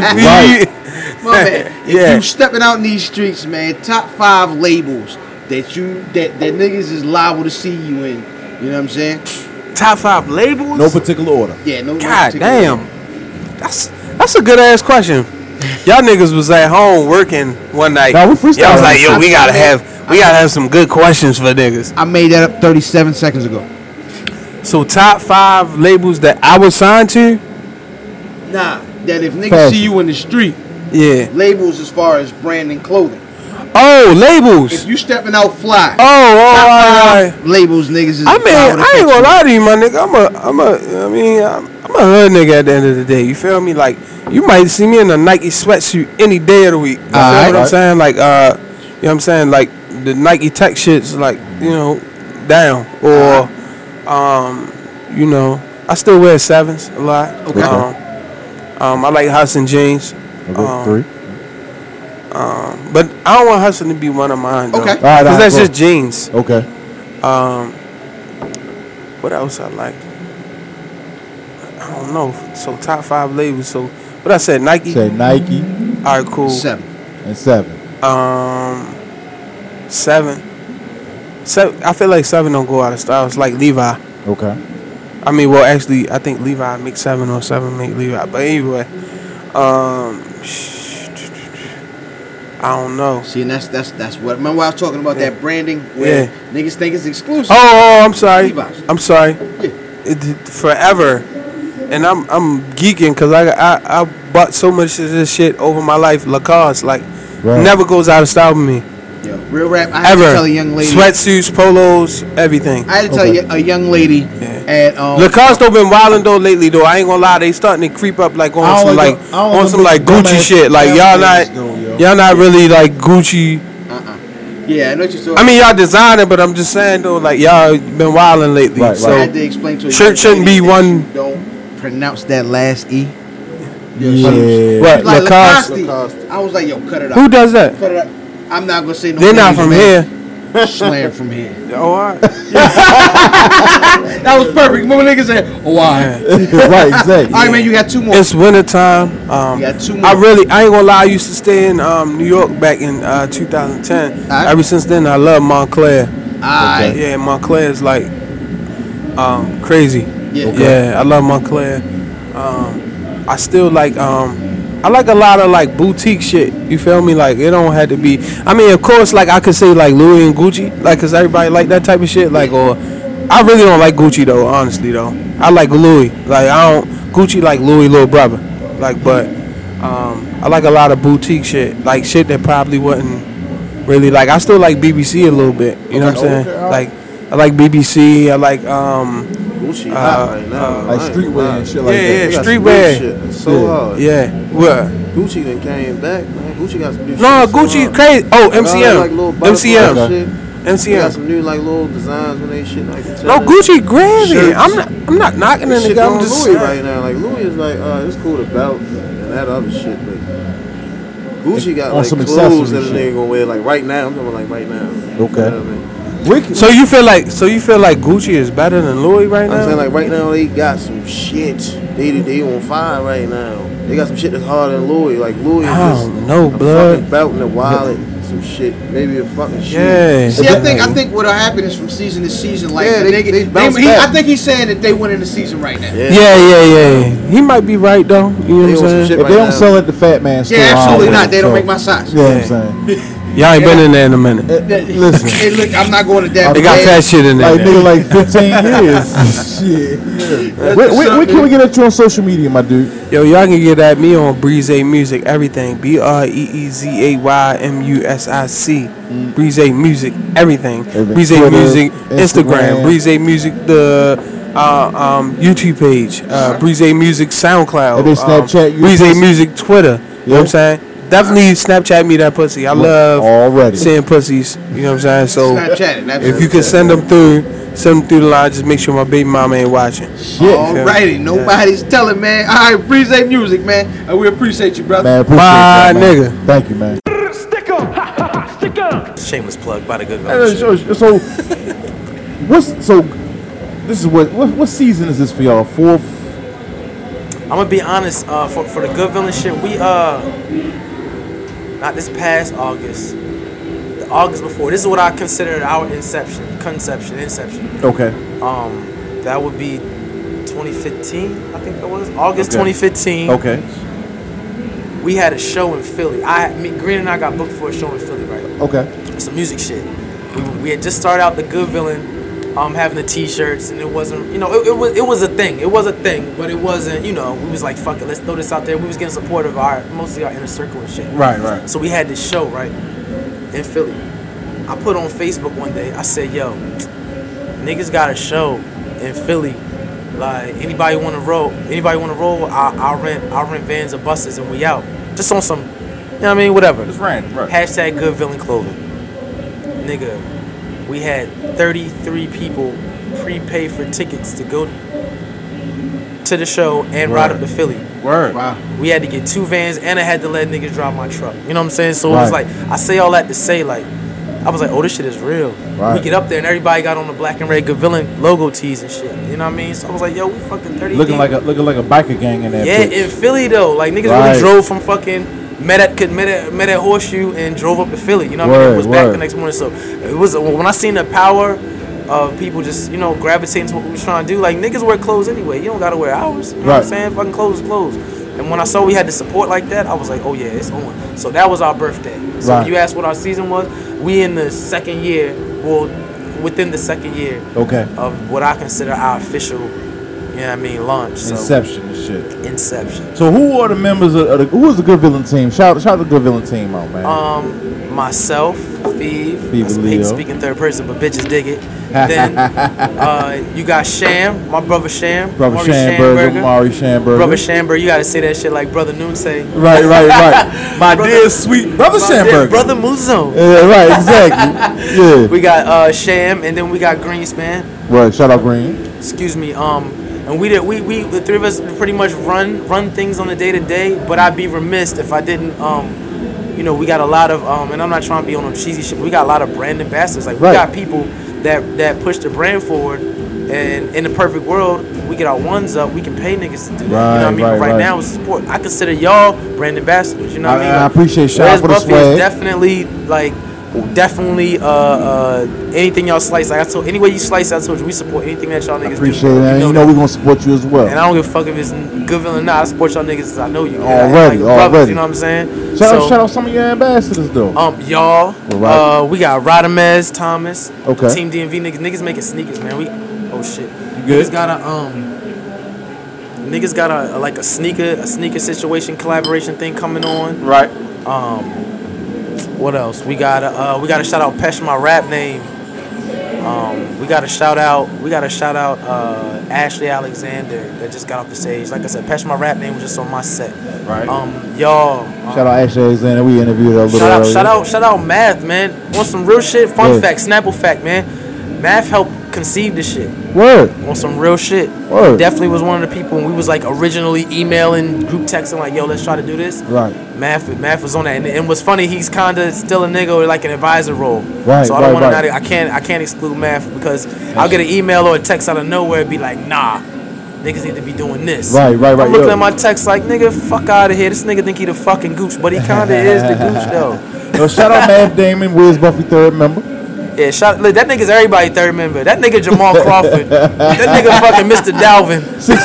Speaker 7: to feed.
Speaker 1: my man.
Speaker 7: Yeah.
Speaker 1: If you stepping out in these streets, man, top five labels that you that that niggas is liable to see you in. You know what I'm saying?
Speaker 7: Top five labels.
Speaker 3: No particular order.
Speaker 1: Yeah. No. no
Speaker 7: God
Speaker 1: particular-
Speaker 7: damn. That's that's a good ass question. Y'all niggas was at home working one night.
Speaker 3: Nah, we freestyling.
Speaker 7: Y'all was like, yo, we gotta have we gotta have some good questions for niggas.
Speaker 1: I made that up 37 seconds ago.
Speaker 7: So top five labels that I was signed to?
Speaker 1: Nah, that if niggas
Speaker 3: Fashion.
Speaker 1: see you in the street,
Speaker 7: Yeah.
Speaker 1: labels as far as brand and clothing.
Speaker 7: Oh,
Speaker 1: If
Speaker 7: labels.
Speaker 1: you stepping out fly,
Speaker 7: Oh, oh, all right.
Speaker 1: labels niggas is
Speaker 7: I
Speaker 1: liable
Speaker 7: mean,
Speaker 1: to
Speaker 7: I ain't
Speaker 1: catch
Speaker 7: gonna
Speaker 1: you.
Speaker 7: lie to you, my nigga. I'm a, I'm a, I mean, I'm, I'm a hood nigga at the end of the day. You feel me? Like, you might see me in a Nike sweatsuit any day of the week. You feel
Speaker 1: Alright.
Speaker 7: what I'm saying? Like, uh, you know what I'm saying? Like, the Nike tech shit's like, you know, down. Or, um, you know, I still wear sevens a lot.
Speaker 1: Okay.
Speaker 7: Um, um, I like Hudson jeans.
Speaker 3: Okay,
Speaker 7: Um,
Speaker 3: three.
Speaker 7: Um, but I don't want Hudson to be one of mine. Though,
Speaker 1: Okay. All
Speaker 3: right, all right,
Speaker 7: Cause that's
Speaker 3: cool.
Speaker 7: just jeans.
Speaker 3: Okay.
Speaker 7: Um, what else I like? I don't know. So top five labels. So what I said, Nike.
Speaker 3: Say Nike
Speaker 7: All right, cool.
Speaker 1: Seven.
Speaker 3: and seven.
Speaker 7: Um, seven. Seven. I feel like seven don't go out of style. It's like Levi.
Speaker 3: Okay.
Speaker 7: I mean, well, actually, I think Levi make seven or seven make Levi. But anyway, um, I don't know.
Speaker 1: See, and that's that's that's what. Remember, I was talking about that branding where
Speaker 7: Yeah.
Speaker 1: niggas think it's exclusive.
Speaker 7: Oh, oh, I'm sorry.
Speaker 1: Levi's.
Speaker 7: I'm sorry.
Speaker 1: Yeah.
Speaker 7: It, it- forever, and I'm I'm geeking because I, I I bought so much of this shit over my life. Lacoste like
Speaker 3: Right.
Speaker 7: never goes out of style with me
Speaker 1: Yo, real rap. I had
Speaker 7: Oh. ever.
Speaker 1: to tell a young lady.
Speaker 7: Sweatsuits, polos, everything.
Speaker 1: I had to tell
Speaker 3: Okay.
Speaker 1: you a young lady at um.
Speaker 7: Lacoste though been wildin' though lately though. I ain't gonna lie, they starting to creep up like
Speaker 3: I
Speaker 7: on
Speaker 3: don't
Speaker 7: some
Speaker 3: like
Speaker 7: like
Speaker 3: the- I don't
Speaker 7: on some
Speaker 3: like
Speaker 7: like
Speaker 3: the dumbass
Speaker 7: Gucci shit. Like y'all
Speaker 3: things,
Speaker 7: not
Speaker 3: though, yo.
Speaker 7: y'all not really like Gucci.
Speaker 1: uh-uh. Yeah, I know what you're talking.
Speaker 7: I mean y'all designing, but I'm just saying though like y'all been wildin' lately.
Speaker 3: Right, right.
Speaker 1: I
Speaker 7: So
Speaker 1: had to explain to a
Speaker 7: Shirt
Speaker 1: young
Speaker 7: shouldn't
Speaker 1: lady
Speaker 7: be
Speaker 1: that
Speaker 7: one-
Speaker 1: you Don't pronounce that last e.
Speaker 3: Yeah.
Speaker 7: Right.
Speaker 1: She's Like
Speaker 7: Lacoste.
Speaker 1: Lacoste. I was like, yo, cut it
Speaker 7: who
Speaker 1: out.
Speaker 7: does that?
Speaker 1: Cut it out. I'm not gonna say no.
Speaker 7: They're not
Speaker 1: names,
Speaker 7: from
Speaker 1: man.
Speaker 7: here.
Speaker 1: Slam from here.
Speaker 7: Oh, all right.
Speaker 1: That was perfect. Remember niggas said, oh, why?
Speaker 3: right. Exactly.
Speaker 1: All right, man, you got two more.
Speaker 7: It's wintertime. Um,
Speaker 1: You got two more.
Speaker 7: I really, I ain't gonna lie. I used to stay in um, New York back in uh, 2010.
Speaker 1: Alright.
Speaker 7: Ever since then, I love Montclair.
Speaker 1: Alright.
Speaker 7: Yeah, Montclair is like um, crazy.
Speaker 1: Yeah.
Speaker 7: yeah, I love Montclair. Um, I still like um, I like a lot of like boutique shit. You feel me? Like it don't have to be. I mean, of course, like I could say like Louis and Gucci, like cause everybody like that type of shit. Like or I really don't like Gucci though, honestly though. I like Louis. Like I don't Gucci like Louis little brother. Like but um, I like a lot of boutique shit, like shit that probably wasn't really like. I still like BBC a little bit. You know what I'm saying? Like I like BBC. I like um.
Speaker 8: Gucci
Speaker 7: Uh,
Speaker 8: hot right now.
Speaker 7: uh,
Speaker 3: Like
Speaker 8: I ain't
Speaker 3: streetwear and shit
Speaker 8: gonna
Speaker 3: like
Speaker 7: Yeah,
Speaker 3: that.
Speaker 8: lie. They got some new
Speaker 7: streetwear.
Speaker 8: shit that's So
Speaker 3: Yeah.
Speaker 8: hard.
Speaker 7: Yeah. What?
Speaker 8: Gucci done came back, man. Gucci got some new
Speaker 7: No,
Speaker 8: shit. so
Speaker 7: Gucci
Speaker 8: hard.
Speaker 7: crazy. Oh,
Speaker 8: They got, like, little
Speaker 7: MCM.
Speaker 8: butterfly
Speaker 7: MCM.
Speaker 8: shit. They got
Speaker 7: MCM.
Speaker 8: some new like little designs when they shit
Speaker 7: No,
Speaker 8: like
Speaker 7: Gucci gravy.
Speaker 8: Shirts.
Speaker 7: I'm not. I'm not knocking the
Speaker 8: That shit
Speaker 7: nigga.
Speaker 8: going
Speaker 7: I'm just.
Speaker 8: Louis right now. Like Louis is like, uh, it's cool to belt and that other shit, but Gucci got
Speaker 3: On
Speaker 8: like
Speaker 3: some
Speaker 8: clothes that a
Speaker 3: accessories shit.
Speaker 8: nigga gonna wear like right now. I'm talking about, like right now. You
Speaker 3: Okay.
Speaker 8: know what I mean?
Speaker 3: Rick,
Speaker 7: So you feel like? So you feel like Gucci is better than Louis right
Speaker 8: I'm saying
Speaker 7: now?
Speaker 8: like right now they got some shit. They they on fire right now. They got some shit that's harder than Louis. Like Louis is
Speaker 7: I
Speaker 8: just
Speaker 7: don't know,
Speaker 8: a
Speaker 7: blood.
Speaker 8: fucking belt and a wallet, and some shit, maybe a fucking shoe.
Speaker 7: Yeah.
Speaker 1: See, I think I think what'll happen is from season to season. Like
Speaker 8: Yeah,
Speaker 1: the
Speaker 8: they-
Speaker 1: nigga,
Speaker 8: they bounce
Speaker 1: he- I
Speaker 8: back.
Speaker 1: think he's saying that they winning the season right now.
Speaker 8: Yeah.
Speaker 7: Yeah, yeah, yeah. He might be right though. You
Speaker 8: They
Speaker 7: know
Speaker 8: on
Speaker 7: what
Speaker 8: some
Speaker 7: I'm
Speaker 8: shit
Speaker 7: saying?
Speaker 3: if they
Speaker 8: right
Speaker 3: don't
Speaker 8: now.
Speaker 3: sell it, the fat man still.
Speaker 1: Yeah, absolutely
Speaker 3: out
Speaker 1: not.
Speaker 3: there,
Speaker 1: They don't
Speaker 3: so-
Speaker 1: make my size.
Speaker 3: Yeah, I'm saying.
Speaker 7: Y'all ain't been in there in a minute.
Speaker 3: Eh, Listen,
Speaker 1: Hey, look, I'm not going to that.
Speaker 7: They got
Speaker 1: bad.
Speaker 7: fat shit in
Speaker 3: like
Speaker 7: there.
Speaker 3: nigga, like 15 years. Shit. Where, where, where can we get at you on social media, my dude?
Speaker 7: Yo, y'all can get at me on Breeze Music. Everything. B R E E Z A Y M U S I C. Breeze Music. Everything.
Speaker 3: Mm. Everything.
Speaker 7: Breeze
Speaker 3: Twitter,
Speaker 7: Music.
Speaker 3: Instagram.
Speaker 7: Instagram. Breeze Music. The uh, um, YouTube page. Uh, Breeze Music. SoundCloud.
Speaker 3: And then Snapchat
Speaker 7: Um,
Speaker 3: you
Speaker 7: Breeze
Speaker 3: pussy.
Speaker 7: Music. Twitter. You
Speaker 3: Yeah.
Speaker 7: know what I'm saying? Definitely Snapchat me that pussy. I love
Speaker 3: Already.
Speaker 7: seeing pussies. You know what I'm saying? So
Speaker 1: Snapchat it.
Speaker 7: if you can send them through, send them through the line. Just make sure my baby mama ain't watching.
Speaker 3: Shit.
Speaker 1: Alrighty, nobody's telling, man. All right, appreciate music, man. And we appreciate you, brother.
Speaker 3: Man, appreciate
Speaker 7: My
Speaker 3: that, man.
Speaker 7: nigga.
Speaker 3: Thank you, man.
Speaker 5: Shameless plug by the good
Speaker 3: Uh,
Speaker 5: guys.
Speaker 3: So, so what's so? This is what, what what season is this for y'all? Fourth.
Speaker 5: I'm gonna be honest. Uh, for for the good villain shit, we uh, not this past August, the August before. This is what I considered our inception, conception, inception.
Speaker 3: Okay.
Speaker 5: Um, that would be 2015. I think that was August
Speaker 3: Okay. Oh.
Speaker 5: 2015.
Speaker 3: Okay.
Speaker 5: We had a show in Philly. I, me, Green and I got booked for a show in Philly, right?
Speaker 3: Okay.
Speaker 5: Some music shit. We, we had just started out the good villain, um, having the T-shirts, and it wasn't, you know, it, it was it was a thing. It was a thing, but it wasn't, you know, we was like, fuck it, let's throw this out there. We was getting support of our mostly our inner circle and shit.
Speaker 3: Right. Right.
Speaker 5: So we had this show, right, in Philly. I put on Facebook one day, I said, yo, niggas got a show in Philly. Like anybody wanna roll, anybody wanna roll, I I rent I rent vans or buses and we out. Just on some you know what I mean, whatever.
Speaker 3: random. Right.
Speaker 5: Hashtag good villain clothing. Nigga, we had 33 people prepay for tickets to go to the show and ride up to Philly.
Speaker 7: Word.
Speaker 1: Wow.
Speaker 5: We had to get two vans and I had to let niggas drive my truck. You know what I'm saying? So it was
Speaker 3: Right.
Speaker 5: like I say all that to say like I was like, oh this shit is real.
Speaker 3: Right.
Speaker 5: We get up there and everybody got on the black and red good villain logo tees and shit. You know what I mean? So I was like, yo, we fucking 30
Speaker 3: Looking
Speaker 5: deep.
Speaker 3: like a looking like a biker gang in that.
Speaker 5: Yeah,
Speaker 3: bitch.
Speaker 5: in Philly though. Like niggas
Speaker 3: Right.
Speaker 5: really drove from fucking met at met at, met at horseshoe and drove up to Philly. You know what I mean?
Speaker 3: Word,
Speaker 5: It was back
Speaker 3: word.
Speaker 5: the next morning. So it was when I seen the power of people just, you know, gravitating to what we was trying to do. Like niggas wear clothes anyway. You don't gotta wear ours. You know what
Speaker 3: Right.
Speaker 5: I'm saying? Fucking clothes is clothes. And when I saw we had the support like that, I was like, oh yeah, it's on. So that was our birthday. So
Speaker 3: Right.
Speaker 5: you asked what our season was. We in the second year, well, within the second year
Speaker 3: Okay.
Speaker 5: of what I consider our official, you know what I mean, launch. So
Speaker 3: Inception and shit.
Speaker 5: inception.
Speaker 3: So who are the members of, of the, who is the good villain team? Shout shout the good villain team out, man.
Speaker 5: Um, myself, Phoebe.
Speaker 3: Phoebe
Speaker 5: I speak,
Speaker 3: Leo.
Speaker 5: speak in third person, but bitches dig it. Then uh, you got Sham, my brother Sham,
Speaker 3: Brother
Speaker 5: Maury
Speaker 3: Shamberger, Mari Shamberger.
Speaker 5: brother Shamberger. You gotta say that shit like brother Noon say.
Speaker 3: right, right, right. My
Speaker 5: Brother-
Speaker 3: dear sweet brother
Speaker 5: My dear
Speaker 3: Shamberger.
Speaker 5: brother Muzo.
Speaker 3: Yeah, right, exactly. yeah.
Speaker 5: We got uh, Sham, and then we got Greenspan.
Speaker 3: Right, shout out Green.
Speaker 5: excuse me um and we did we, we the three of us pretty much run run things on the day to day but i'd be remiss if i didn't um you know we got a lot of um and i'm not trying to be on a cheesy shit but we got a lot of brand ambassadors like
Speaker 3: Right.
Speaker 5: we got people that that push the brand forward and in the perfect world we get our ones up we can pay niggas to do that you know what
Speaker 3: Right,
Speaker 5: i mean
Speaker 3: right,
Speaker 5: but right,
Speaker 3: right.
Speaker 5: now it's support i consider y'all brand ambassadors you know what
Speaker 3: I-
Speaker 5: i mean
Speaker 3: I appreciate shout out
Speaker 5: Whereas
Speaker 3: for the
Speaker 5: Buffy
Speaker 3: swag.
Speaker 5: is definitely like definitely uh, uh anything y'all slice like i told any way you slice i told you we support anything that y'all niggas do.
Speaker 3: Appreciate it. And you
Speaker 5: that.
Speaker 3: know we're gonna support you as well.
Speaker 5: And I don't give a fuck if it's good villain or not. I support y'all niggas 'cause I know you. man.
Speaker 3: Already,
Speaker 5: Like brothers,
Speaker 3: already.
Speaker 5: You know what I'm saying?
Speaker 3: shout out
Speaker 5: So,
Speaker 3: shout out some of your ambassadors though.
Speaker 5: Um, y'all.
Speaker 3: Alright.
Speaker 5: Uh, we got Rodamez, Thomas.
Speaker 3: Okay.
Speaker 5: Team DMV niggas. Niggas making sneakers, man. We. Oh shit.
Speaker 3: You good?
Speaker 5: Niggas got a um. Niggas got a, a like a sneaker a sneaker situation collaboration thing coming on.
Speaker 7: Right.
Speaker 5: Um, what else? We got a uh, we got to shout out Pesh my rap name. Um, we got to shout out we got to shout out uh, Ashley Alexander that just got off the stage. Like I said, Pesh my rap name was just on my set.
Speaker 7: Right.
Speaker 5: Um, y'all. um,
Speaker 3: shout out Ashley Alexander. We interviewed her a little
Speaker 5: Shout out,
Speaker 3: earlier.
Speaker 5: shout out, shout out, math, man. On some real shit, fun
Speaker 3: Yeah.
Speaker 5: fact, Snapple fact, man. Math helped conceive this shit.
Speaker 3: Word.
Speaker 5: On some real shit.
Speaker 3: Word.
Speaker 5: Definitely was one of the people when we was like originally emailing, group texting, like, yo, let's try to do this.
Speaker 3: Right.
Speaker 5: Math, math was on that, and, and what's funny, he's kind of still a nigga with like an advisor role.
Speaker 3: Right,
Speaker 5: So I
Speaker 3: right,
Speaker 5: don't want
Speaker 3: right.
Speaker 5: to. I can't. I can't exclude math because I'll get an email or a text out of nowhere and be like, nah, niggas need to be doing this.
Speaker 3: Right, right, right,
Speaker 5: I'm looking
Speaker 3: yo.
Speaker 5: at my text like, nigga, fuck out of here. This nigga think he the fucking gooch, but he kind of is the gooch though.
Speaker 3: Yo, shout out Matt Damon, Wiz Buffy third member.
Speaker 5: Yeah, shout, look, that nigga's everybody third member. That nigga Jamal Crawford. that nigga fucking Mr. Dalvin.
Speaker 3: Six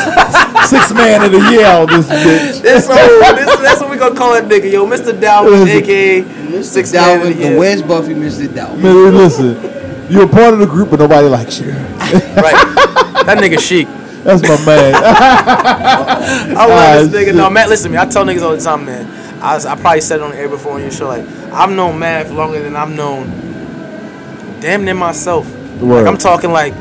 Speaker 3: six man of the year out this bitch.
Speaker 5: That's, that's, that's what we gonna call that nigga, yo, Mr. Dalvin, aka Six
Speaker 1: Mr.
Speaker 5: Man of
Speaker 1: Dalvin,
Speaker 5: the Year.
Speaker 1: the Where's Buffy, Mr. Dalvin?
Speaker 3: Man, listen, you're a part of the group but nobody likes you.
Speaker 5: Right. That nigga chic.
Speaker 3: That's my man.
Speaker 5: I love
Speaker 3: Ah,
Speaker 5: this nigga. No, Matt, listen to me. I tell niggas all the time, man. I, was- I probably said it on the air before on your show. Like, I've known Math longer than I've known damn near myself.
Speaker 3: Word.
Speaker 5: Like, I'm talking like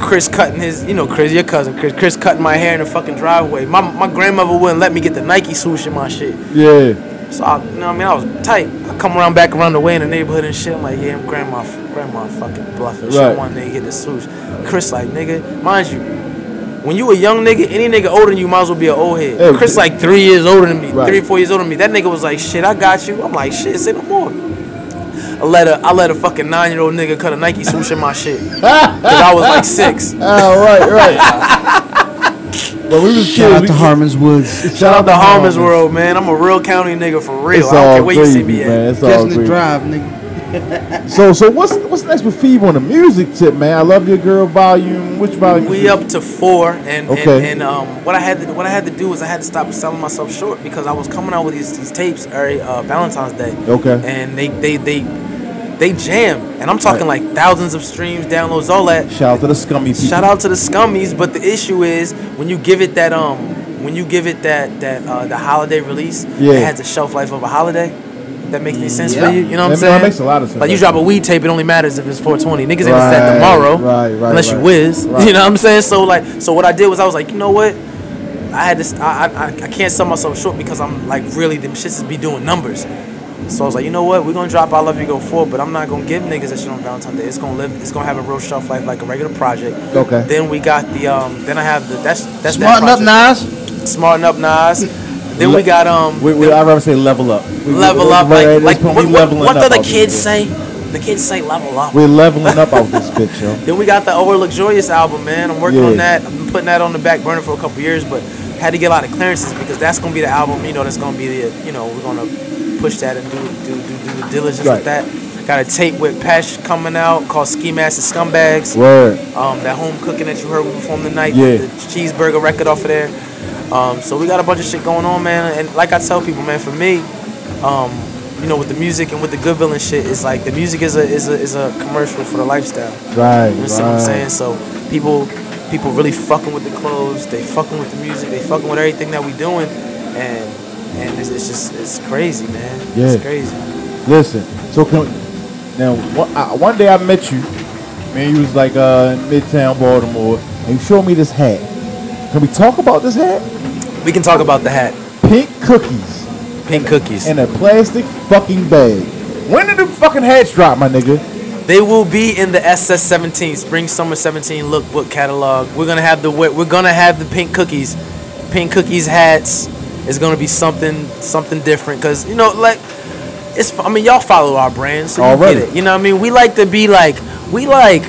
Speaker 5: Chris cutting his, you know, Chris, your cousin, Chris, Chris cutting my hair in the fucking driveway. My, my grandmother wouldn't let me get the Nike swoosh in my shit.
Speaker 3: yeah.
Speaker 5: So, I, you know what I mean? I was tight. I come around back around the way in the neighborhood and shit. I'm like, yeah, I'm grandma, grandma fucking bluffing. She
Speaker 3: Right.
Speaker 5: don't want nigga get the swoosh. Chris, like, nigga, mind you, when you a young nigga, any nigga older than you might as well be an old head.
Speaker 3: Yeah.
Speaker 5: Chris, like, three years older than me,
Speaker 3: Right.
Speaker 5: three, four years older than me. That nigga was like, shit, I got you. I'm like, shit, say no more. I let a, I let a fucking nine year old nigga cut a Nike swoosh in my shit. Cause I was like six.
Speaker 3: All right, Ah, right. But we was kids.
Speaker 1: Shout out
Speaker 3: we
Speaker 1: to
Speaker 3: kid-
Speaker 1: Harmon's Woods.
Speaker 5: Shout out to Harmon's World, man. I'm a real county nigga for real.
Speaker 3: It's
Speaker 5: I don't
Speaker 3: all
Speaker 5: care where you see
Speaker 3: gravy,
Speaker 5: me at.
Speaker 3: man. It's all
Speaker 1: Catching the
Speaker 3: gravy.
Speaker 1: drive, nigga.
Speaker 3: So, so what's what's next with Phoebe on the music tip, man? I love your girl volume. Which volume? is
Speaker 5: We
Speaker 3: it?
Speaker 5: up to four, and and,
Speaker 3: Okay.
Speaker 5: and um, what I had to what I had to do was I had to stop selling myself short because I was coming out with these, these tapes every uh, Valentine's Day.
Speaker 3: Okay.
Speaker 5: And they they they they jam, and I'm talking like thousands of streams, downloads, all that.
Speaker 3: Shout out to the scummy people.
Speaker 5: Shout out to the scummies, but the issue is when you give it that um when you give it that that uh, the holiday release,
Speaker 3: Yeah.
Speaker 5: it has a shelf life of a holiday. That makes any sense
Speaker 1: Yeah.
Speaker 5: for you? You know
Speaker 3: That-
Speaker 5: what I'm saying?
Speaker 3: that makes a lot of sense,
Speaker 5: Like you
Speaker 3: actually.
Speaker 5: drop a weed tape, it only matters if it's 420. Niggas ain't
Speaker 3: Right,
Speaker 5: set tomorrow,
Speaker 3: right, right,
Speaker 5: Unless
Speaker 3: right.
Speaker 5: you whiz,
Speaker 3: Right.
Speaker 5: you know what I'm saying? So like, so what I did was I was like, you know what? I had this. I I, I I can't sell myself short because I'm like really them shits is be doing numbers. So I was like, you know what? We're gonna drop I Love You Go Four, but I'm not gonna give niggas that shit on Valentine's Day. It's gonna live. It's gonna have a real shelf life like a regular project.
Speaker 3: Okay.
Speaker 5: Then we got the um. Then I have the that's that's
Speaker 1: Smarten
Speaker 5: that
Speaker 1: up,
Speaker 5: project.
Speaker 1: Nas.
Speaker 5: Smarten up, Nas. Then we got um.
Speaker 3: We, we, I'd rather say level up. We- we-
Speaker 5: level up.
Speaker 3: we're at
Speaker 5: Like,
Speaker 3: this
Speaker 5: like
Speaker 3: point,
Speaker 5: what,
Speaker 3: we
Speaker 5: what,
Speaker 3: leveling
Speaker 5: what
Speaker 3: up
Speaker 5: do the
Speaker 3: out this
Speaker 5: kids
Speaker 3: bitch.
Speaker 5: say? The kids say level up.
Speaker 3: We're leveling up out this bitch, yo.
Speaker 5: Then we got the Over Luxurious album, man. I'm working on
Speaker 3: Yeah.
Speaker 5: that. I've been putting that on the back burner for a couple years, but had to get a lot of clearances because that's gonna be the album, you know, that's gonna be the, you know, we're gonna push that and do do do, do the diligence
Speaker 3: Right.
Speaker 5: with that. Got a tape with Pesh coming out called Ski Mask and Scumbags.
Speaker 3: Word.
Speaker 5: Um, that home cooking that you heard we performed tonight,
Speaker 3: Yeah.
Speaker 5: the cheeseburger record off of there. Um, so we got a bunch of shit going on, man. And like I tell people, man, for me, um, you know, with the music and with the good villain shit, it's like the music is a is a is a commercial for the lifestyle.
Speaker 3: Right.
Speaker 5: You understand what I'm
Speaker 3: right.
Speaker 5: saying? So people people really fucking with the clothes, they fucking with the music, they fucking with everything that we doing, and and it's, it's just it's crazy, man.
Speaker 3: Yeah.
Speaker 5: It's crazy.
Speaker 3: Listen, so can now one, I, one day I met you, man. You was like uh, in Midtown Baltimore, and you showed me this hat. Can we talk about this hat?
Speaker 5: We can talk about the hat.
Speaker 3: Pink cookies
Speaker 5: Pink cookies.
Speaker 3: in a plastic fucking bag. When did the fucking hats drop, my nigga?
Speaker 5: They will be in the SS17 Spring Summer 17 Lookbook catalog. We're gonna have the we're we're gonna have the pink cookies, pink cookies hats. It's gonna be something something different because you know like it's I mean y'all follow our brand so you
Speaker 3: Already.
Speaker 5: get it. You know what I mean? We like to be like we like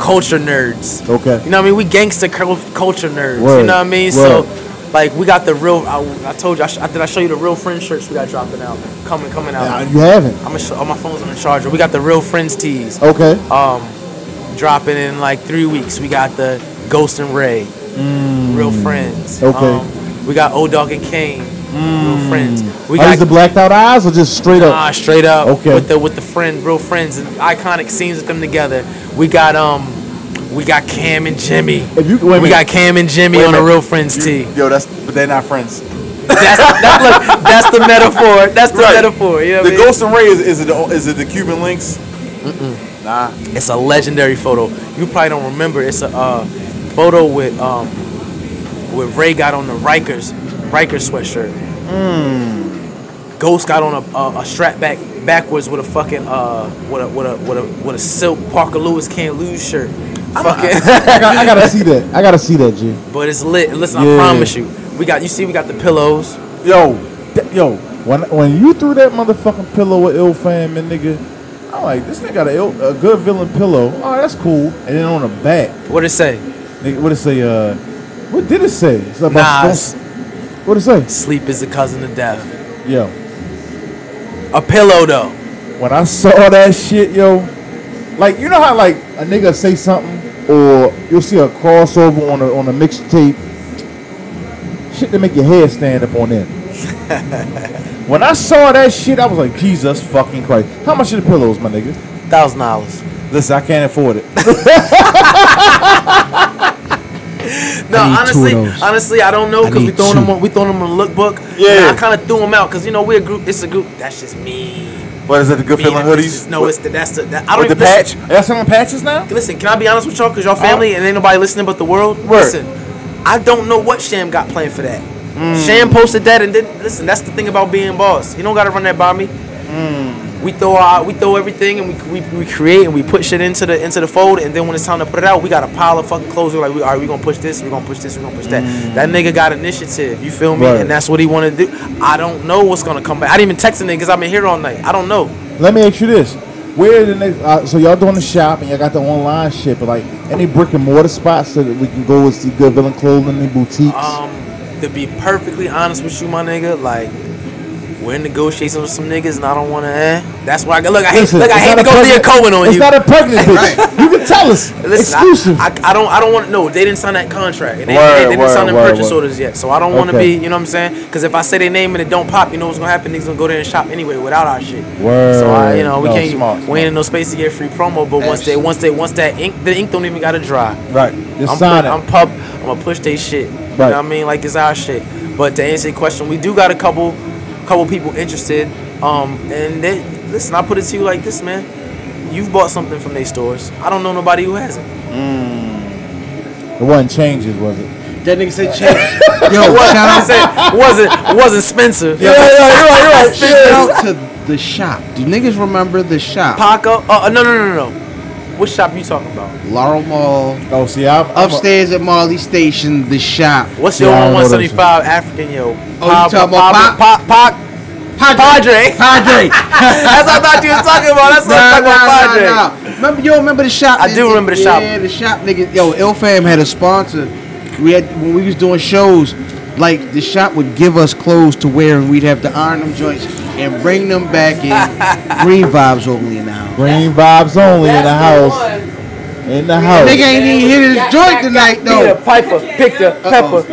Speaker 5: culture nerds.
Speaker 3: Okay.
Speaker 5: You know what I mean? We gangster cul- culture nerds. You
Speaker 3: Word,
Speaker 5: know what I mean?
Speaker 3: word.
Speaker 5: So like we got the real. I, I told you I, sh- I did I show you the real friend shirts we got dropping out coming coming out.
Speaker 3: Nah, you haven't.
Speaker 5: I'm gonna show, oh, my phone's on the charger. We got the real friends tees
Speaker 3: Okay.
Speaker 5: um, dropping in like three weeks. We got the Ghost and Ray, Real Friends.
Speaker 3: Mm. Okay.
Speaker 5: Um, we got Old Dog and Kane, Real Friends. We
Speaker 3: Are
Speaker 5: got
Speaker 3: these the blacked out eyes or just straight up?
Speaker 5: Ah, straight up
Speaker 3: Okay.
Speaker 5: with the with the friend, Real Friends, and iconic scenes with them together. We got um, we got Cam and Jimmy.
Speaker 3: If you wait a
Speaker 5: We
Speaker 3: minute.
Speaker 5: got Cam and Jimmy
Speaker 9: Wait a
Speaker 5: on a
Speaker 9: minute.
Speaker 5: Real Friends tee.
Speaker 7: um,
Speaker 9: Yo, that's but they're not friends.
Speaker 5: That's that, look, that's the metaphor. That's the
Speaker 9: Right.
Speaker 5: metaphor. You know what
Speaker 9: the
Speaker 5: I mean?
Speaker 9: Ghost and Ray is, is it the, is it the Cuban links? Nah.
Speaker 5: It's a legendary photo. You probably don't remember. It's a uh, photo with um, with Ray got on the Rikers Rikers sweatshirt. Ghost got on a, a, a strap back backwards with a fucking uh with a with a with a with a silk Parker Lewis can't lose shirt. Fucking,
Speaker 3: I, got, I gotta see that. I gotta see that, G.
Speaker 5: but it's lit. And Listen,
Speaker 3: Yeah.
Speaker 5: I promise you, we got you see we got the pillows.
Speaker 3: Yo, that- yo, when when you threw that motherfucking pillow with ill fam and nigga, I'm like, this nigga got a, ill, a good villain pillow. Oh, that's cool. And then on the back,
Speaker 5: What it say?
Speaker 3: nigga, what it say? Uh, what did it say? It's about
Speaker 5: Nas,
Speaker 3: What it say?
Speaker 5: sleep is the cousin of death.
Speaker 3: Yo,
Speaker 5: A pillow though.
Speaker 3: when I saw that shit, yo, like you know how like a nigga say something or you'll see a crossover on a on a mixtape, shit to make your head stand up on end. when I saw that shit, I was like, Jesus fucking Christ! How much are the pillows, my nigga?
Speaker 5: Thousand dollars.
Speaker 3: Listen, I can't afford it.
Speaker 5: No,
Speaker 1: I need
Speaker 5: honestly,
Speaker 1: two of those.
Speaker 5: honestly, I don't know
Speaker 1: I
Speaker 5: because we
Speaker 1: need
Speaker 5: throwing them
Speaker 1: two.
Speaker 5: on, we throwing them on the lookbook.
Speaker 9: Yeah.
Speaker 5: And I kind of threw them out because you know we're a group. It's a group. That's just me.
Speaker 9: What is it? The good
Speaker 5: Being
Speaker 9: feeling
Speaker 5: a-
Speaker 9: hoodies?
Speaker 5: it's just- no, it's the that's the. That, I don't
Speaker 9: With the
Speaker 5: even listen,
Speaker 9: patch?
Speaker 3: Y'all selling patches now?
Speaker 5: listen, can I be honest with y'all? Cause y'all family and ain't nobody listening but the world. Listen, I don't know what Sham got planned for that. Sham posted that and then listen. That's the thing about being boss. You don't gotta run that by me. We throw our, we throw everything and we, we, we create and we put shit into the into the fold and then when it's time to put it out, we got a pile of fucking clothes. We're like, we, all right, we gonna push this, we gonna push this, we gonna push that. That nigga got initiative. You feel me?
Speaker 3: Right.
Speaker 5: And that's what he want to do. I don't know what's gonna come back. I didn't even text the nigga because I've been here all night. I don't know.
Speaker 3: Let me ask you this: Where the next? Uh, so y'all doing the shop and y'all got the online shit, but like any brick and mortar spots so that we can go and see good villain clothing and boutiques?
Speaker 5: Um, to be perfectly honest with you, my nigga, like we're in negotiations with some niggas, and I don't want to. Eh, that's why I go. Look, I hate.
Speaker 3: Listen,
Speaker 5: look, I
Speaker 3: it's
Speaker 5: hate
Speaker 3: not
Speaker 5: to
Speaker 3: a
Speaker 5: go Leah
Speaker 3: pregnant-
Speaker 5: Cohen on
Speaker 3: It's
Speaker 5: you.
Speaker 3: not a pregnant bitch. You can tell us.
Speaker 5: Listen,
Speaker 3: Exclusive.
Speaker 5: I, I, I don't. I don't want. No, they didn't sign that contract. They, they-
Speaker 9: Word,
Speaker 5: they didn't
Speaker 9: word,
Speaker 5: sign them
Speaker 9: word,
Speaker 5: purchase
Speaker 9: word.
Speaker 5: orders yet. So I don't want to
Speaker 3: Okay.
Speaker 5: be. You know what I'm saying? Because if I say their name and it don't pop, you know what's gonna happen? Niggas gonna go there and shop anyway without our shit.
Speaker 3: Word.
Speaker 5: So I, you know, we
Speaker 3: No,
Speaker 5: can't.
Speaker 3: smart,
Speaker 5: we ain't in no space to get free promo. But once they, once they, once that ink, the ink don't even gotta dry.
Speaker 3: right. Just
Speaker 5: I'm,
Speaker 3: sign
Speaker 5: pu- I'm
Speaker 3: it.
Speaker 5: pub. I'm gonna push they shit. You know
Speaker 3: Right.
Speaker 5: what I mean? Like it's our shit. But to answer your question, we do got a couple, couple people interested. Um, and they listen. I put it to you like this, man. You've bought something from they stores. I don't know nobody who hasn't.
Speaker 3: It wasn't changes, was it?
Speaker 1: That nigga said change.
Speaker 5: It
Speaker 1: Yo,
Speaker 5: wasn't,
Speaker 1: shout out,
Speaker 5: it wasn't, it wasn't Spencer.
Speaker 1: shout out to the shop. Do niggas remember the shop?
Speaker 5: Paco. Uh, uh, no, no, no, no, no. What shop you talking about?
Speaker 1: Laurel Mall.
Speaker 3: Oh, see, I'm, I'm a-
Speaker 1: Upstairs at Marley Station, the shop.
Speaker 5: What's
Speaker 3: Yeah,
Speaker 5: your
Speaker 3: I
Speaker 5: one
Speaker 3: don't know
Speaker 5: one
Speaker 3: those.
Speaker 5: seventy five African yo?
Speaker 1: Oh, you talking about
Speaker 5: Pop- Pop- Pop- Padre.
Speaker 1: Padre.
Speaker 5: That's what I thought you was talking about. That's what
Speaker 1: Nah,
Speaker 5: I was talking
Speaker 1: nah,
Speaker 5: about
Speaker 1: nah,
Speaker 5: Padre.
Speaker 1: nah. Remember, you don't remember the shop?
Speaker 5: I do remember the shop.
Speaker 1: Yeah, the shop, nigga. Yo, Ilfam had a sponsor. We had when we was doing shows, like the shop would give us clothes to wear, and we'd have to iron them joints and bring them back in. Green vibes only now.
Speaker 3: Green vibes only in the house. In the house.
Speaker 1: Nigga ain't even hit his joint tonight
Speaker 5: Peter
Speaker 1: though,
Speaker 5: Piper, Victor, Pepper.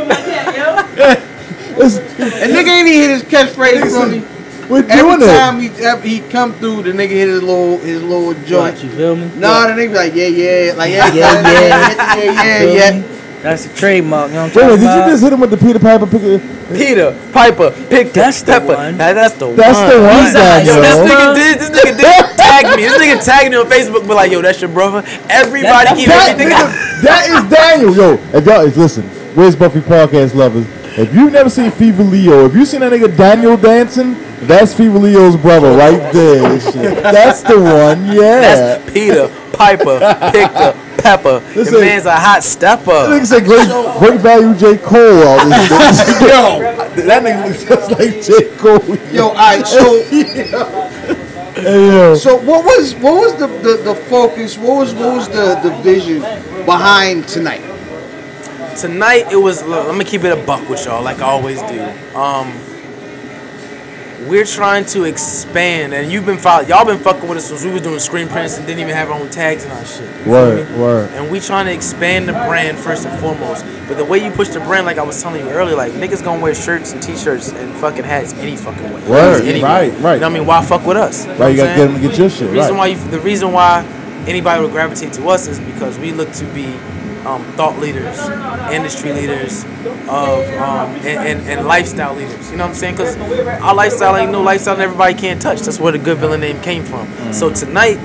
Speaker 1: and nigga ain't even hit his catchphrase from me.
Speaker 3: We're
Speaker 1: Every
Speaker 3: doing it.
Speaker 1: time he he come through, the nigga hit his little his little joint.
Speaker 2: What, you feel me?
Speaker 1: No, the nigga be like, yeah, yeah, like, yeah,
Speaker 2: Yeah,
Speaker 1: yeah, yeah,
Speaker 2: yeah.
Speaker 1: yeah,
Speaker 2: Feel
Speaker 1: yeah,
Speaker 2: me? That's a trademark. You know what
Speaker 3: Wait,
Speaker 2: I'm
Speaker 3: wait,
Speaker 2: talking
Speaker 3: did you
Speaker 5: uh,
Speaker 2: about?
Speaker 3: just hit him with the Peter Piper pick?
Speaker 5: Peter Piper, Victor,
Speaker 2: That's the
Speaker 5: Pepper.
Speaker 2: one.
Speaker 5: That- that's the one.
Speaker 3: That's the one
Speaker 2: He's
Speaker 3: guy,
Speaker 2: not-
Speaker 5: uh, Yo, this
Speaker 2: Yo.
Speaker 3: yo.
Speaker 5: nigga did. This nigga did tag me. This nigga tagged me on Facebook, but like, yo, that's your brother. Everybody
Speaker 2: That-
Speaker 5: keep
Speaker 3: That,
Speaker 5: everything.
Speaker 3: nigga- that is Daniel, yo. If y'all is listen, where's Buffy podcast lovers? If you've never seen Fever Leo, if you seen that nigga Daniel dancing, that's Fever Leo's brother right there. and shit. That's the one, yeah.
Speaker 5: That's Peter Piper, Victor, Pepper. The
Speaker 3: Listen.
Speaker 5: man's a hot
Speaker 3: That
Speaker 5: stepper.
Speaker 3: nigga said great, great value J. Cole out this bitch. Yo, that nigga looks just like J. Cole.
Speaker 1: Yo, all right, so
Speaker 3: Hey, yo.
Speaker 1: So what was what was the, the, the focus? What was what was the, the vision behind tonight?
Speaker 5: Tonight it was. Look, I'm gonna keep it a buck with y'all, like I always do. Um, we're trying to expand, and you've been follow, y'all been fucking with us since we was doing screen prints and didn't even have our own tags and our shit. You feel
Speaker 3: Word,
Speaker 5: me?
Speaker 3: word.
Speaker 5: And we trying to expand the brand first and foremost. But the way you push the brand, like I was telling you earlier, like niggas gonna wear shirts and t-shirts and fucking hats any fucking way.
Speaker 3: Word,
Speaker 5: Any-
Speaker 3: right, right.
Speaker 5: You know what I mean? Why fuck with us? know
Speaker 3: Right, you
Speaker 5: what
Speaker 3: gotta get
Speaker 5: I'm saying?
Speaker 3: them to get your shit.
Speaker 5: The reason
Speaker 3: right.
Speaker 5: why you, the reason why anybody would gravitate to us is because we look to be um, thought leaders, industry leaders, of um, and, and, and lifestyle leaders. You know what I'm saying? Because our lifestyle ain't no lifestyle that everybody can't touch. That's where the good villain name came from.
Speaker 3: Mm.
Speaker 5: So tonight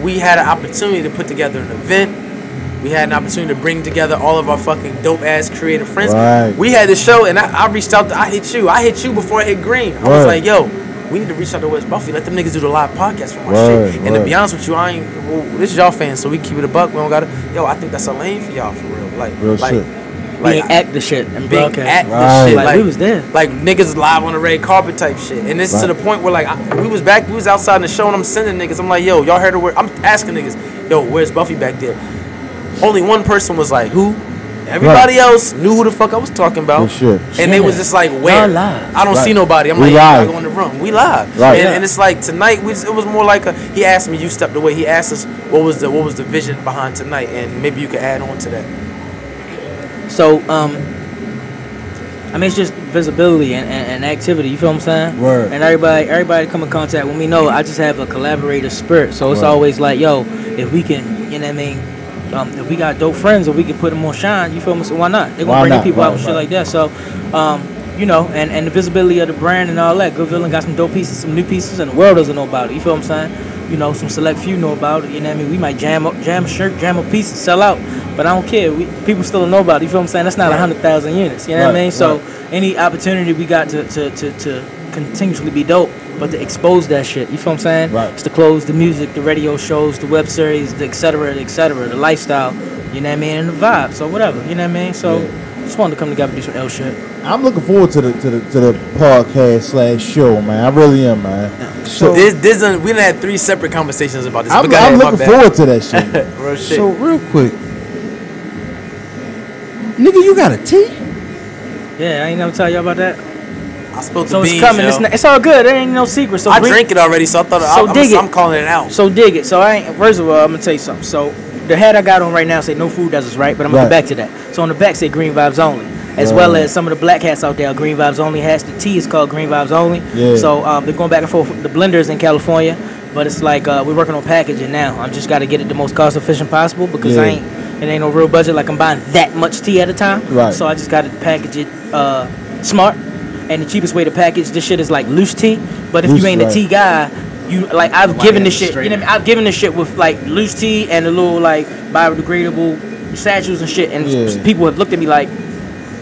Speaker 5: we had an opportunity to put together an event. We had an opportunity to bring together all of our fucking dope ass creative friends.
Speaker 3: Right.
Speaker 5: We had the show, and I, I reached out. To, I hit you. I hit you before I hit Green. I was
Speaker 3: Right.
Speaker 5: like, yo, we need to reach out to West Buffy. Let them niggas do the live podcast for my
Speaker 3: Right,
Speaker 5: shit. And to
Speaker 3: right.
Speaker 5: be honest with you, I ain't. Well, this is y'all fans, so we keep it a buck. We don't gotta. Yo, I think that's a lane for y'all for real. Like,
Speaker 3: Real
Speaker 5: like,
Speaker 3: shit.
Speaker 5: like
Speaker 2: being at the shit and
Speaker 5: being
Speaker 2: broadcast.
Speaker 5: at
Speaker 3: Right.
Speaker 5: the shit.
Speaker 2: like,
Speaker 5: Like,
Speaker 2: we was there.
Speaker 5: like niggas live on the red carpet type shit. And it's to the point where like I, we was back, we was outside in the show, and I'm sending niggas. I'm like, yo, y'all heard of where? I'm asking niggas, yo, where's Buffy back there? Only one person was like, who? Everybody else knew who the fuck I was talking
Speaker 3: Real
Speaker 5: about.
Speaker 3: shit.
Speaker 5: And they was just like, where?
Speaker 2: Y'all live.
Speaker 5: I don't see
Speaker 3: Right.
Speaker 5: nobody. I'm
Speaker 3: We
Speaker 5: like, I
Speaker 3: live.
Speaker 5: go in the room. We live.
Speaker 3: Right.
Speaker 5: And, and it's like tonight, we just, it was more like a, he asked me, you stepped away. He asked us, what was the what was the vision behind tonight? And maybe you could add on to that.
Speaker 2: So, um, I mean, it's just visibility and, and, and activity. You feel what I'm saying?
Speaker 3: Word.
Speaker 2: And everybody, everybody come in contact with me. No, I just have a collaborative spirit. So it's
Speaker 3: Word.
Speaker 2: always like, yo, if we can, you know what I mean. Um, if we got dope friends and we can put them on shine, you feel me? So why not? They're gonna
Speaker 3: Why
Speaker 2: bring
Speaker 3: not?
Speaker 2: the people
Speaker 3: Right,
Speaker 2: out and shit
Speaker 3: right.
Speaker 2: like that. So, um, you know, and, and the visibility of the brand and all that. Good Villain got some dope pieces, some new pieces, and the world doesn't know about it. You feel what I'm saying? You know, some select few know about it. You know what I mean? We might jam up, jam a shirt, jam a piece, and sell out. But I don't care. We, people still don't know about it. You feel what I'm saying? That's not a 100,000 units. You know what
Speaker 3: Right,
Speaker 2: I mean? So
Speaker 3: right.
Speaker 2: any opportunity we got to, to, to, to continuously be dope, but to expose that shit. You feel what I'm saying?
Speaker 3: Right.
Speaker 2: It's the clothes, the music, the radio shows, the web series, the et cetera, the et cetera, the lifestyle. You know what I mean? And the vibe. So whatever. You know what I mean? So just wanted to come together and do some L shit.
Speaker 3: I'm looking forward to the to the to the podcast slash show, man. I really am, man. So
Speaker 5: This, this, done- we done had three separate conversations about this.
Speaker 3: I'm,
Speaker 5: but go ahead,
Speaker 3: I'm
Speaker 5: my
Speaker 3: looking
Speaker 5: bad.
Speaker 3: forward to that shit.
Speaker 5: Real shit.
Speaker 1: So real quick, nigga, you got a T?
Speaker 2: Yeah, I ain't never tell y'all about that.
Speaker 5: I spilled the
Speaker 2: So
Speaker 5: beans.
Speaker 2: it's coming.
Speaker 5: yo.
Speaker 2: It's, not, it's all good. There ain't no secret. So
Speaker 5: I
Speaker 2: bring-
Speaker 5: drank it already, so I thought I,
Speaker 2: So
Speaker 5: I'm,
Speaker 2: dig it.
Speaker 5: I'm calling it out.
Speaker 2: So dig it. So I ain't, first of all, I'm gonna tell you something. So the hat I got on right now say no food deserts, right? But I'm gonna get
Speaker 3: Right.
Speaker 2: back to that. So on the back say green vibes only, as well as some of the black hats out there, are green vibes only hats. The T is called green vibes only.
Speaker 3: Yeah.
Speaker 2: So um, they're going back and forth. The blenders in California, but it's like uh, we're working on packaging now. I'm just gotta get it the most cost efficient possible because I
Speaker 3: Yeah.
Speaker 2: ain't it ain't no real budget. Like I'm buying that much tea at a time.
Speaker 3: Right.
Speaker 2: So I just gotta package it uh, smart. And the cheapest way to package this shit is like loose tea. But if
Speaker 3: Loose,
Speaker 2: you ain't
Speaker 3: right.
Speaker 2: a tea guy, you like I've
Speaker 1: Like
Speaker 2: given
Speaker 1: that
Speaker 2: this shit. You know
Speaker 1: straight.
Speaker 2: what I mean? I've given this shit with like loose tea and a little like biodegradable satchels and shit, and
Speaker 3: Yeah.
Speaker 2: people have looked at me like,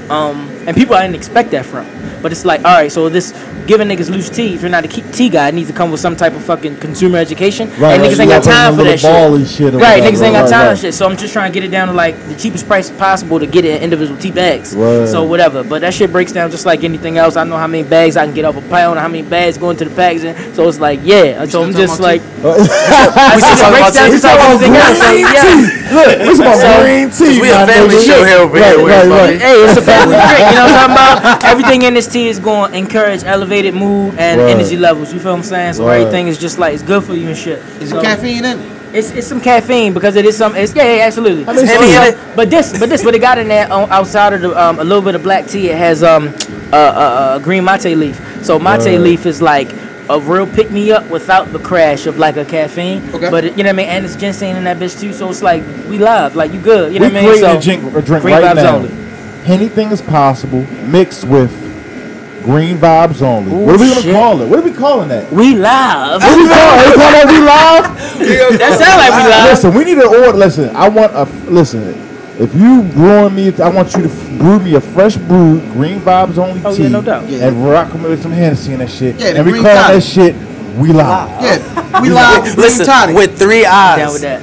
Speaker 2: um, and people I didn't expect that from. But it's like, all right, so this giving niggas loose tea. If you're not a key- tea guy, it needs to come with some type of fucking consumer education.
Speaker 3: Right,
Speaker 2: and
Speaker 3: right,
Speaker 2: niggas
Speaker 3: you
Speaker 2: ain't got
Speaker 3: gotta
Speaker 2: time for
Speaker 3: remember
Speaker 2: that
Speaker 3: the ball and
Speaker 2: shit.
Speaker 3: shit and
Speaker 2: right,
Speaker 3: whatever,
Speaker 2: niggas ain't got
Speaker 3: right,
Speaker 2: time
Speaker 3: right.
Speaker 2: for shit. So I'm just trying to get it down to like the cheapest price possible to get it in individual tea bags.
Speaker 3: Right.
Speaker 2: So whatever. But that shit breaks down just like anything else. I know how many bags I can get off a pound, how many bags go into the packs. And so it's like, yeah. So I'm
Speaker 5: still
Speaker 2: just like,
Speaker 5: talking
Speaker 2: I said it breaks down just like anything else. So, yeah.
Speaker 3: Look, it's about green tea.
Speaker 4: we a
Speaker 3: my
Speaker 4: family
Speaker 3: nigga.
Speaker 4: show here over
Speaker 3: right,
Speaker 4: here,
Speaker 3: Right,
Speaker 4: everybody.
Speaker 3: right.
Speaker 2: Hey, it's a family drink. You know what I'm talking about? Everything in this tea is going to encourage elevated mood and
Speaker 3: Right.
Speaker 2: energy levels. You feel what I'm saying? So
Speaker 3: Right.
Speaker 2: everything is just like it's good for you and shit.
Speaker 1: Is
Speaker 2: So,
Speaker 1: it caffeine in it?
Speaker 2: It's, it's some caffeine because it is some. It's yeah, yeah absolutely.
Speaker 3: I mean,
Speaker 2: And
Speaker 3: it's
Speaker 2: it-
Speaker 3: tea.
Speaker 2: but this, but this, what it got in there on, outside of the um, a little bit of black tea. It has um a uh, uh, green mate leaf. So mate leaf is like. A real pick me up without the crash of like a caffeine,
Speaker 1: Okay.
Speaker 2: but it, you know what I mean. And it's ginseng in that bitch too, so it's like we live, like you good, you know
Speaker 3: We
Speaker 2: what I mean.
Speaker 3: creating
Speaker 2: So
Speaker 3: a drink, a drink
Speaker 2: green
Speaker 3: right
Speaker 2: vibes
Speaker 3: now.
Speaker 2: only.
Speaker 3: Anything is possible mixed with green vibes only.
Speaker 2: Ooh,
Speaker 3: what are we gonna
Speaker 2: shit.
Speaker 3: call it? What are we calling that?
Speaker 2: We live.
Speaker 3: What we call it? We call that we live?
Speaker 2: That sound like we live.
Speaker 3: Listen, we need an order. Listen, I want a listen. If you brewing me, I want you to f- brew me a fresh brew, green vibes only
Speaker 2: Oh,
Speaker 3: tea.
Speaker 2: yeah, no doubt.
Speaker 1: Yeah.
Speaker 3: And rock me with some Hennessy and that shit.
Speaker 1: Yeah, the
Speaker 3: and we
Speaker 1: green
Speaker 3: call
Speaker 1: toddy.
Speaker 3: that shit we
Speaker 2: Oh.
Speaker 3: live.
Speaker 1: Yeah, we live. with Green
Speaker 5: Listen,
Speaker 1: toddy.
Speaker 5: with three
Speaker 2: Down with that.
Speaker 5: eyes.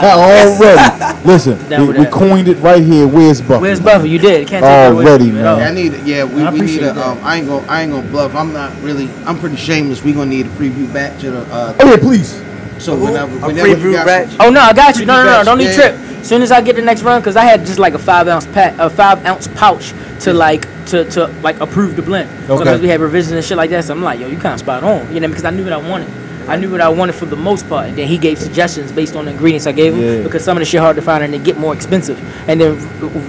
Speaker 3: Already. listen,
Speaker 2: Down
Speaker 3: we,
Speaker 2: with
Speaker 3: we
Speaker 2: that.
Speaker 3: coined it right here. Where's Buffy?
Speaker 2: Where's Buffer? You did. Can't take that away.
Speaker 3: Already,
Speaker 2: from you at
Speaker 3: man.
Speaker 1: Yeah,
Speaker 2: all.
Speaker 1: I need it. Yeah, we,
Speaker 2: I
Speaker 1: we need
Speaker 2: appreciate
Speaker 1: a.
Speaker 2: that.
Speaker 1: Um, I ain't gonna. I ain't gonna bluff. I'm not really. I'm pretty shameless. We gonna need a preview batch of the. Uh,
Speaker 3: Oh yeah, please.
Speaker 1: so whenever,
Speaker 5: A
Speaker 1: whenever you
Speaker 5: free
Speaker 1: got-
Speaker 5: batch.
Speaker 2: Oh no, I got you. No, no, no,
Speaker 1: Batch,
Speaker 2: don't
Speaker 1: yeah,
Speaker 2: need trip. Soon as I get the next run, cause I had just like a five ounce pack, a five ounce pouch to like to to like approve the blend. So
Speaker 3: Okay.
Speaker 2: Because we had revisions and shit like that, so I'm like, yo, you kind of spot on, you know, because I knew what I wanted. I knew what I wanted for the most part, and then he gave suggestions based on the ingredients I gave him
Speaker 3: Yeah.
Speaker 2: because some of the shit hard to find and they get more expensive. And then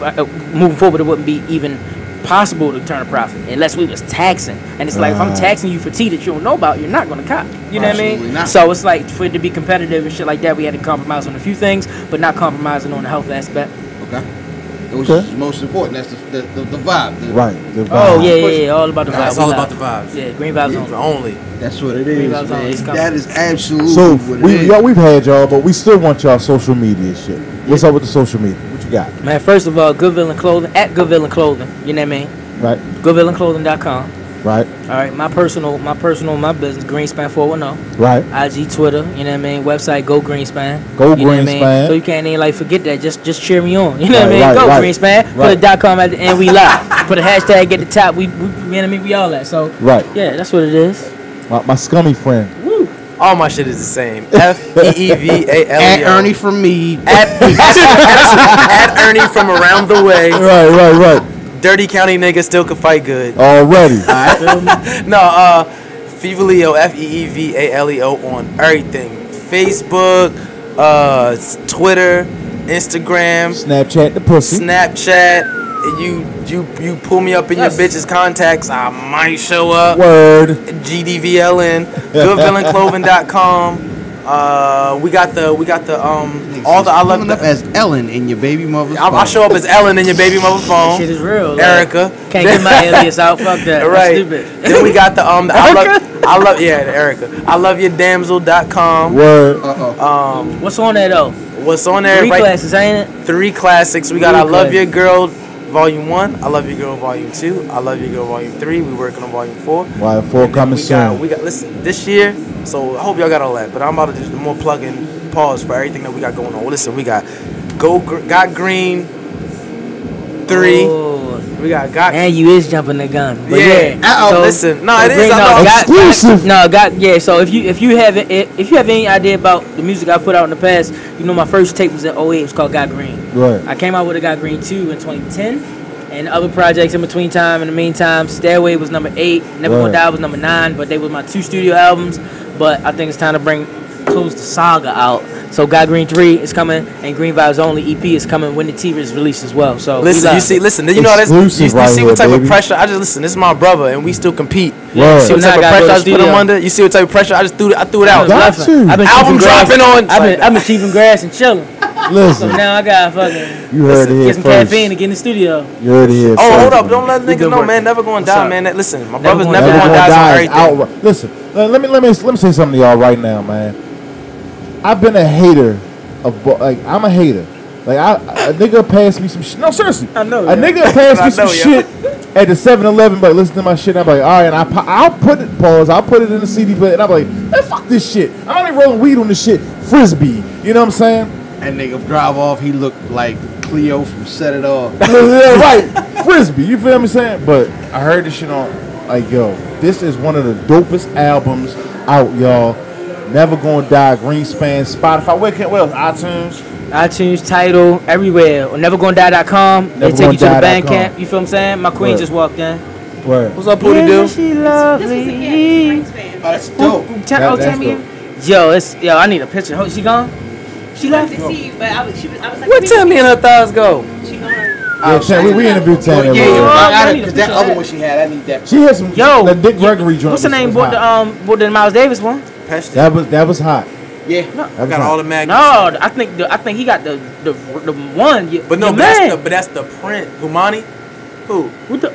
Speaker 2: uh, uh, moving forward, it wouldn't be even possible to turn a profit unless we was taxing. And it's like if I'm
Speaker 3: Right.
Speaker 2: taxing you for tea that you don't know about, you're not gonna cop. You know what I
Speaker 1: Absolutely
Speaker 2: mean?
Speaker 1: not.
Speaker 2: So it's like for it to be competitive and shit like that, we had to compromise on a few things, but not compromising on the health aspect.
Speaker 1: Okay. It was
Speaker 3: Okay.
Speaker 1: just most important. That's the the, the, the vibe. The-
Speaker 3: Right. the
Speaker 2: Oh
Speaker 3: vibe.
Speaker 2: yeah, yeah, yeah, all about the
Speaker 5: Nah,
Speaker 2: vibes.
Speaker 5: it's
Speaker 2: We
Speaker 5: all
Speaker 2: live.
Speaker 5: about the vibes.
Speaker 2: Yeah, green vibes only.
Speaker 5: Only.
Speaker 1: That's what it
Speaker 2: Green
Speaker 1: is,
Speaker 2: vibes
Speaker 1: man.
Speaker 2: always come.
Speaker 1: That is absolutely
Speaker 3: So
Speaker 1: what it
Speaker 3: we
Speaker 1: is.
Speaker 3: y'all, we've had y'all, but we still want y'all social media shit. What's up with the social media? What you got?
Speaker 2: Man, first of all, Good Villain Clothing at Good Villain Clothing. You know what I mean?
Speaker 3: Right.
Speaker 2: GoodVillainClothing.com.
Speaker 3: Right.
Speaker 2: All right, my personal, my personal, my business, Greenspan 410.
Speaker 3: Right.
Speaker 2: IG, Twitter, you know what I mean? Website, Go Greenspan.
Speaker 3: Go
Speaker 2: you know what I mean?
Speaker 3: Greenspan.
Speaker 2: So you can't even like forget that. Just just cheer me on. You know what I
Speaker 3: Right,
Speaker 2: mean?
Speaker 3: right,
Speaker 2: Go
Speaker 3: right,
Speaker 2: Greenspan. Put
Speaker 3: right.
Speaker 2: a dot com at the end. We live. Put a hashtag at the top. We, we you know what I mean? We all that. So
Speaker 3: Right.
Speaker 2: yeah, that's what it is.
Speaker 3: My, my scummy friend.
Speaker 5: All my shit is the same. F E E V A L
Speaker 1: At
Speaker 5: E O.
Speaker 1: Ernie from me.
Speaker 5: At, at, at Ernie from around the way.
Speaker 3: Right. Right. Right.
Speaker 5: Dirty County nigga still can fight good.
Speaker 3: Already.
Speaker 5: No, uh, Fevaleo, F E E V A L E O on everything Facebook, uh, s- Twitter, Instagram,
Speaker 3: Snapchat the pussy.
Speaker 5: Snapchat. You you you pull me up in
Speaker 2: Yes.
Speaker 5: your bitch's contacts, I might show up.
Speaker 3: Word.
Speaker 5: GDVLN, goodvillainclothing.com. Uh, we got the we got the um all the I love
Speaker 1: Coming up
Speaker 5: the,
Speaker 1: as Ellen in your baby mother's.
Speaker 5: I, I
Speaker 1: phone.
Speaker 5: show up as Ellen in your baby mother
Speaker 2: Shit
Speaker 5: phone,
Speaker 2: is real. like,
Speaker 5: Erica.
Speaker 2: Can't get my alias out. Fuck that.
Speaker 5: right.
Speaker 2: That's stupid.
Speaker 5: Then we got the um the I love
Speaker 2: Erica?
Speaker 5: I love yeah the Erica. I love your damsel.com.
Speaker 3: Word.
Speaker 1: Uh-oh.
Speaker 5: Um,
Speaker 2: What's on that though?
Speaker 5: what's on there?
Speaker 2: Three
Speaker 5: right,
Speaker 2: classes, ain't it?
Speaker 5: Three classics. We got
Speaker 2: Three
Speaker 5: I love
Speaker 2: classics.
Speaker 5: your girl. Volume one, I love your girl. Volume two, I love your girl. Volume three, we working on volume four.
Speaker 3: Why four coming
Speaker 5: we got,
Speaker 3: soon?
Speaker 5: we got listen this year. So I hope y'all got all that. But I'm about to just more plug and pause for everything that we got going on. Well, listen, we got go Gr- got green three.
Speaker 2: Oh,
Speaker 5: We got got
Speaker 2: and you is jumping the gun. But
Speaker 5: yeah.
Speaker 2: yeah.
Speaker 5: Uh-oh,
Speaker 2: so-
Speaker 5: listen, no, it
Speaker 2: Green-
Speaker 5: is. I know.
Speaker 2: no, got-
Speaker 3: Exclusive.
Speaker 2: got- no, got yeah. So if you if you have it, if you have any idea about the music I put out in the past, you know my first tape was in 08. It was called Got Green.
Speaker 3: Right.
Speaker 2: I came out with a Got Green two in 2010, and other projects in between time. In the meantime, Stairway was number eight. Never
Speaker 3: Right.
Speaker 2: Gonna Die was number nine. But they were my two studio albums. But I think it's time to bring close the saga out. So Got Green three is coming, and Green Vibes Only EP is coming when the T is released as well. So we
Speaker 5: Listen,
Speaker 2: live.
Speaker 5: you see, listen, you know that's you,
Speaker 3: Exclusive
Speaker 5: you
Speaker 3: right
Speaker 5: see
Speaker 3: here,
Speaker 5: what type
Speaker 3: baby.
Speaker 5: of pressure. I just listen. This is my brother, and we still compete. You
Speaker 3: Word.
Speaker 5: see what
Speaker 2: So now
Speaker 5: type of
Speaker 2: I gotta go
Speaker 5: pressure
Speaker 2: to
Speaker 5: I just put him
Speaker 2: studio.
Speaker 5: under. You see what type of pressure I just threw. I threw it out.
Speaker 3: Got
Speaker 2: I've been
Speaker 3: to.
Speaker 2: bluffing. I've been
Speaker 5: Album
Speaker 2: cheating grass.
Speaker 5: dropping on-
Speaker 2: I've been I've been cheating grass and chilling. So
Speaker 3: Listen,
Speaker 2: now I got fucking
Speaker 3: you heard it here
Speaker 2: get some caffeine
Speaker 3: first.
Speaker 2: and get in the studio.
Speaker 3: You heard it here
Speaker 5: Oh,
Speaker 3: first.
Speaker 5: hold up! Don't let
Speaker 2: We've
Speaker 5: niggas
Speaker 2: been
Speaker 5: know,
Speaker 2: working.
Speaker 5: man. Never going
Speaker 2: What's
Speaker 5: down,
Speaker 2: up?
Speaker 5: man. That, listen, my
Speaker 2: Never
Speaker 5: brother's
Speaker 2: gonna
Speaker 5: never
Speaker 2: die.
Speaker 5: going
Speaker 3: Everyone
Speaker 5: to die on
Speaker 3: dies
Speaker 5: everything.
Speaker 3: outright. Listen, let let me let me let me say something to y'all right now, man. I've been a hater of bo- like I'm a hater. Like I, a nigga passed me some shit. No, seriously,
Speaker 2: I know, yeah.
Speaker 3: A nigga passed
Speaker 5: I
Speaker 3: me some
Speaker 5: know, yeah.
Speaker 3: shit at the 7-Eleven, but listen to my shit. I'm like, all right, and I, pa- I'll put it pause. I'll put it in the CD player, and I'm like, man, fuck this shit. I'm only rolling weed on this shit, frisbee. You know what I'm saying?
Speaker 1: And nigga drive off, he looked like Cleo from Set It Off.
Speaker 3: yeah, right, frisbee. You feel me saying? But I heard this shit on, like, yo, this is one of the dopest albums out, y'all. Never gonna die. Greenspan, Spotify, where can where else? iTunes.
Speaker 2: iTunes, title, everywhere. Or nevergondie.com. They take you to the band
Speaker 3: Nevergondie.com.
Speaker 2: camp. You feel what I'm saying? My queen
Speaker 3: Word.
Speaker 2: just walked in.
Speaker 3: Where?
Speaker 7: What's up, Pooty
Speaker 2: yeah,
Speaker 7: Dude?
Speaker 2: she
Speaker 6: This was a
Speaker 2: lovely.
Speaker 6: gift from Frank's
Speaker 1: Oh,
Speaker 6: band.
Speaker 1: that's dope.
Speaker 2: Tell-
Speaker 3: That-
Speaker 2: oh, tell
Speaker 3: that's
Speaker 2: me.
Speaker 3: dope.
Speaker 2: Yo, it's yo. I need a picture. Ho- She gone? She
Speaker 6: I
Speaker 2: left.
Speaker 6: to see you, but I was, she was, I was like,
Speaker 2: What
Speaker 6: wait,
Speaker 2: Tammy and her thighs go?
Speaker 6: She gone.
Speaker 3: Yeah, Tam, we, we interviewed Tam.
Speaker 1: Yeah,
Speaker 3: earlier.
Speaker 1: yeah,
Speaker 2: Oh,
Speaker 1: I
Speaker 2: I
Speaker 1: got
Speaker 2: need
Speaker 1: it.
Speaker 2: a
Speaker 1: Cause that
Speaker 2: picture of
Speaker 1: other
Speaker 2: that.
Speaker 1: one she had, I need that.
Speaker 3: She had some.
Speaker 2: Yo,
Speaker 3: the Dick Gregory joint.
Speaker 2: What's her
Speaker 3: was-
Speaker 2: name?
Speaker 3: was
Speaker 2: Bought the
Speaker 3: hot.
Speaker 2: um, bought the Miles Davis one.
Speaker 5: Peston.
Speaker 3: That was that was hot.
Speaker 1: Yeah.
Speaker 3: That
Speaker 5: I
Speaker 3: was
Speaker 5: got
Speaker 3: hot.
Speaker 5: all the mag.
Speaker 2: No, I think the, I think he got the the, the one. Your,
Speaker 5: But no,
Speaker 2: your man.
Speaker 5: but that's, the, but that's the print. Humani? Who?
Speaker 2: what the?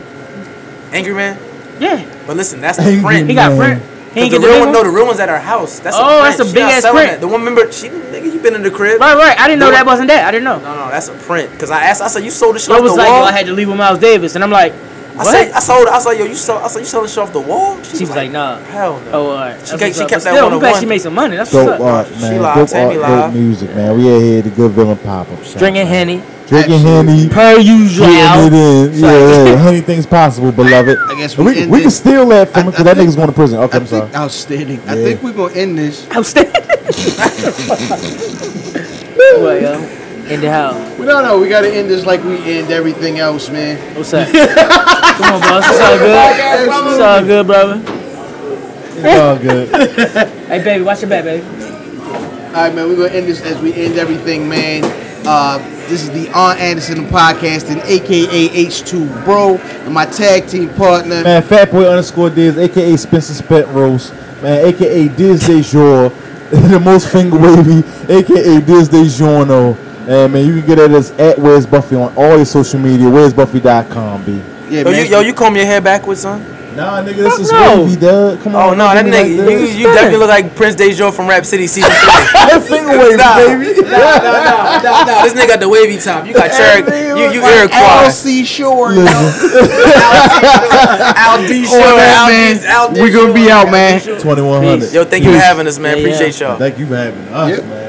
Speaker 5: Angry Man?
Speaker 2: Yeah,
Speaker 5: But listen, that's the
Speaker 3: Angry
Speaker 5: print.
Speaker 2: he got
Speaker 3: Man.
Speaker 2: print. He ain't
Speaker 5: the
Speaker 2: get the
Speaker 5: real
Speaker 2: big
Speaker 5: one,
Speaker 2: one.
Speaker 5: no, the real one's at our house. That's
Speaker 2: Oh,
Speaker 5: a print.
Speaker 2: that's a
Speaker 5: She
Speaker 2: big
Speaker 5: not
Speaker 2: ass
Speaker 5: selling
Speaker 2: print.
Speaker 5: that. The one member, she nigga, you been in the crib.
Speaker 2: Right, right. I didn't know
Speaker 5: No.
Speaker 2: that wasn't that. I didn't know.
Speaker 5: No, no, that's a print. Cause I asked, I said you sold the shit
Speaker 2: I
Speaker 5: off
Speaker 2: was
Speaker 5: the
Speaker 2: like,
Speaker 5: wall.
Speaker 2: yo, I had to leave with Miles Davis, and I'm like,
Speaker 5: I
Speaker 2: what?
Speaker 5: said, I sold. I said, yo, you sold. I said, you sold the shit off the wall.
Speaker 2: she was like, nah.
Speaker 5: hell no.
Speaker 2: Oh, all right. That's
Speaker 5: kept-
Speaker 2: what's
Speaker 5: she
Speaker 2: up. But
Speaker 5: kept that
Speaker 2: still, I'm
Speaker 5: one-on-one.
Speaker 2: glad she made some money. That's
Speaker 3: Dope
Speaker 2: what's up.
Speaker 3: art, man.
Speaker 5: live,
Speaker 3: dope
Speaker 5: Tammy
Speaker 3: art,
Speaker 5: live.
Speaker 3: dope music, man. We out here to good villain pop up shop.
Speaker 2: Drinking henny
Speaker 3: drinking henny,
Speaker 2: per usual.
Speaker 3: getting it in. Yeah, yeah. Anything's possible, beloved.
Speaker 1: I guess we
Speaker 3: we,
Speaker 1: end
Speaker 3: we can
Speaker 1: this.
Speaker 3: steal that from
Speaker 1: I-
Speaker 3: him because
Speaker 1: I
Speaker 3: that
Speaker 1: think-
Speaker 3: nigga's going to prison. Okay,
Speaker 1: I
Speaker 3: I'm sorry.
Speaker 1: think outstanding. I
Speaker 3: Yeah.
Speaker 1: think we're gonna end this.
Speaker 2: I'm staying. Well, yo, in the house.
Speaker 1: We don't know. We gotta end this like we end everything else, man.
Speaker 2: What's up? Come on, boss. It's all good. It's all good, brother.
Speaker 3: It's all good.
Speaker 2: Hey, baby, watch your back, baby.
Speaker 1: All right, man. We're gonna end this as we end everything, man. Uh, this is the On Anderson podcasting, aka H2 Bro, and my tag team partner.
Speaker 3: man, Fatboy underscore Diz, a.k.a. Spencer Spent Roast, man, a.k.a. Diz de Jour, the most finger wavy, a.k.a. Diz de Journo. And man, you can get at us at Where's Buffy on all your social media, where'sbuffy.com, B.
Speaker 1: Yeah,
Speaker 5: Yo,
Speaker 1: man.
Speaker 5: you, yo, you comb your hair backwards, son.
Speaker 3: Nah, nigga, this is
Speaker 2: no.
Speaker 3: wavy, dog. Come on.
Speaker 5: Oh no, that
Speaker 3: don't do me
Speaker 5: nigga,
Speaker 3: like
Speaker 5: you,
Speaker 3: this.
Speaker 5: you definitely look like Prince Dejo from Rap City season three.
Speaker 3: That finger wavy,
Speaker 5: Nah.
Speaker 3: baby.
Speaker 5: no, no, no, no. This nigga got the wavy top. You got Cherokee. You, you Iroquois.
Speaker 1: LC Shore. yo.
Speaker 3: Listen,
Speaker 5: Al D. Show.
Speaker 1: On that,
Speaker 5: Al
Speaker 1: man,
Speaker 5: D. Al D.
Speaker 1: we gonna be out, man.
Speaker 3: 2100.
Speaker 5: Yo, thank you for having us,
Speaker 2: Yeah,
Speaker 5: man.
Speaker 2: yeah.
Speaker 5: Appreciate y'all.
Speaker 3: Thank you for having us,
Speaker 1: Yep.
Speaker 3: man.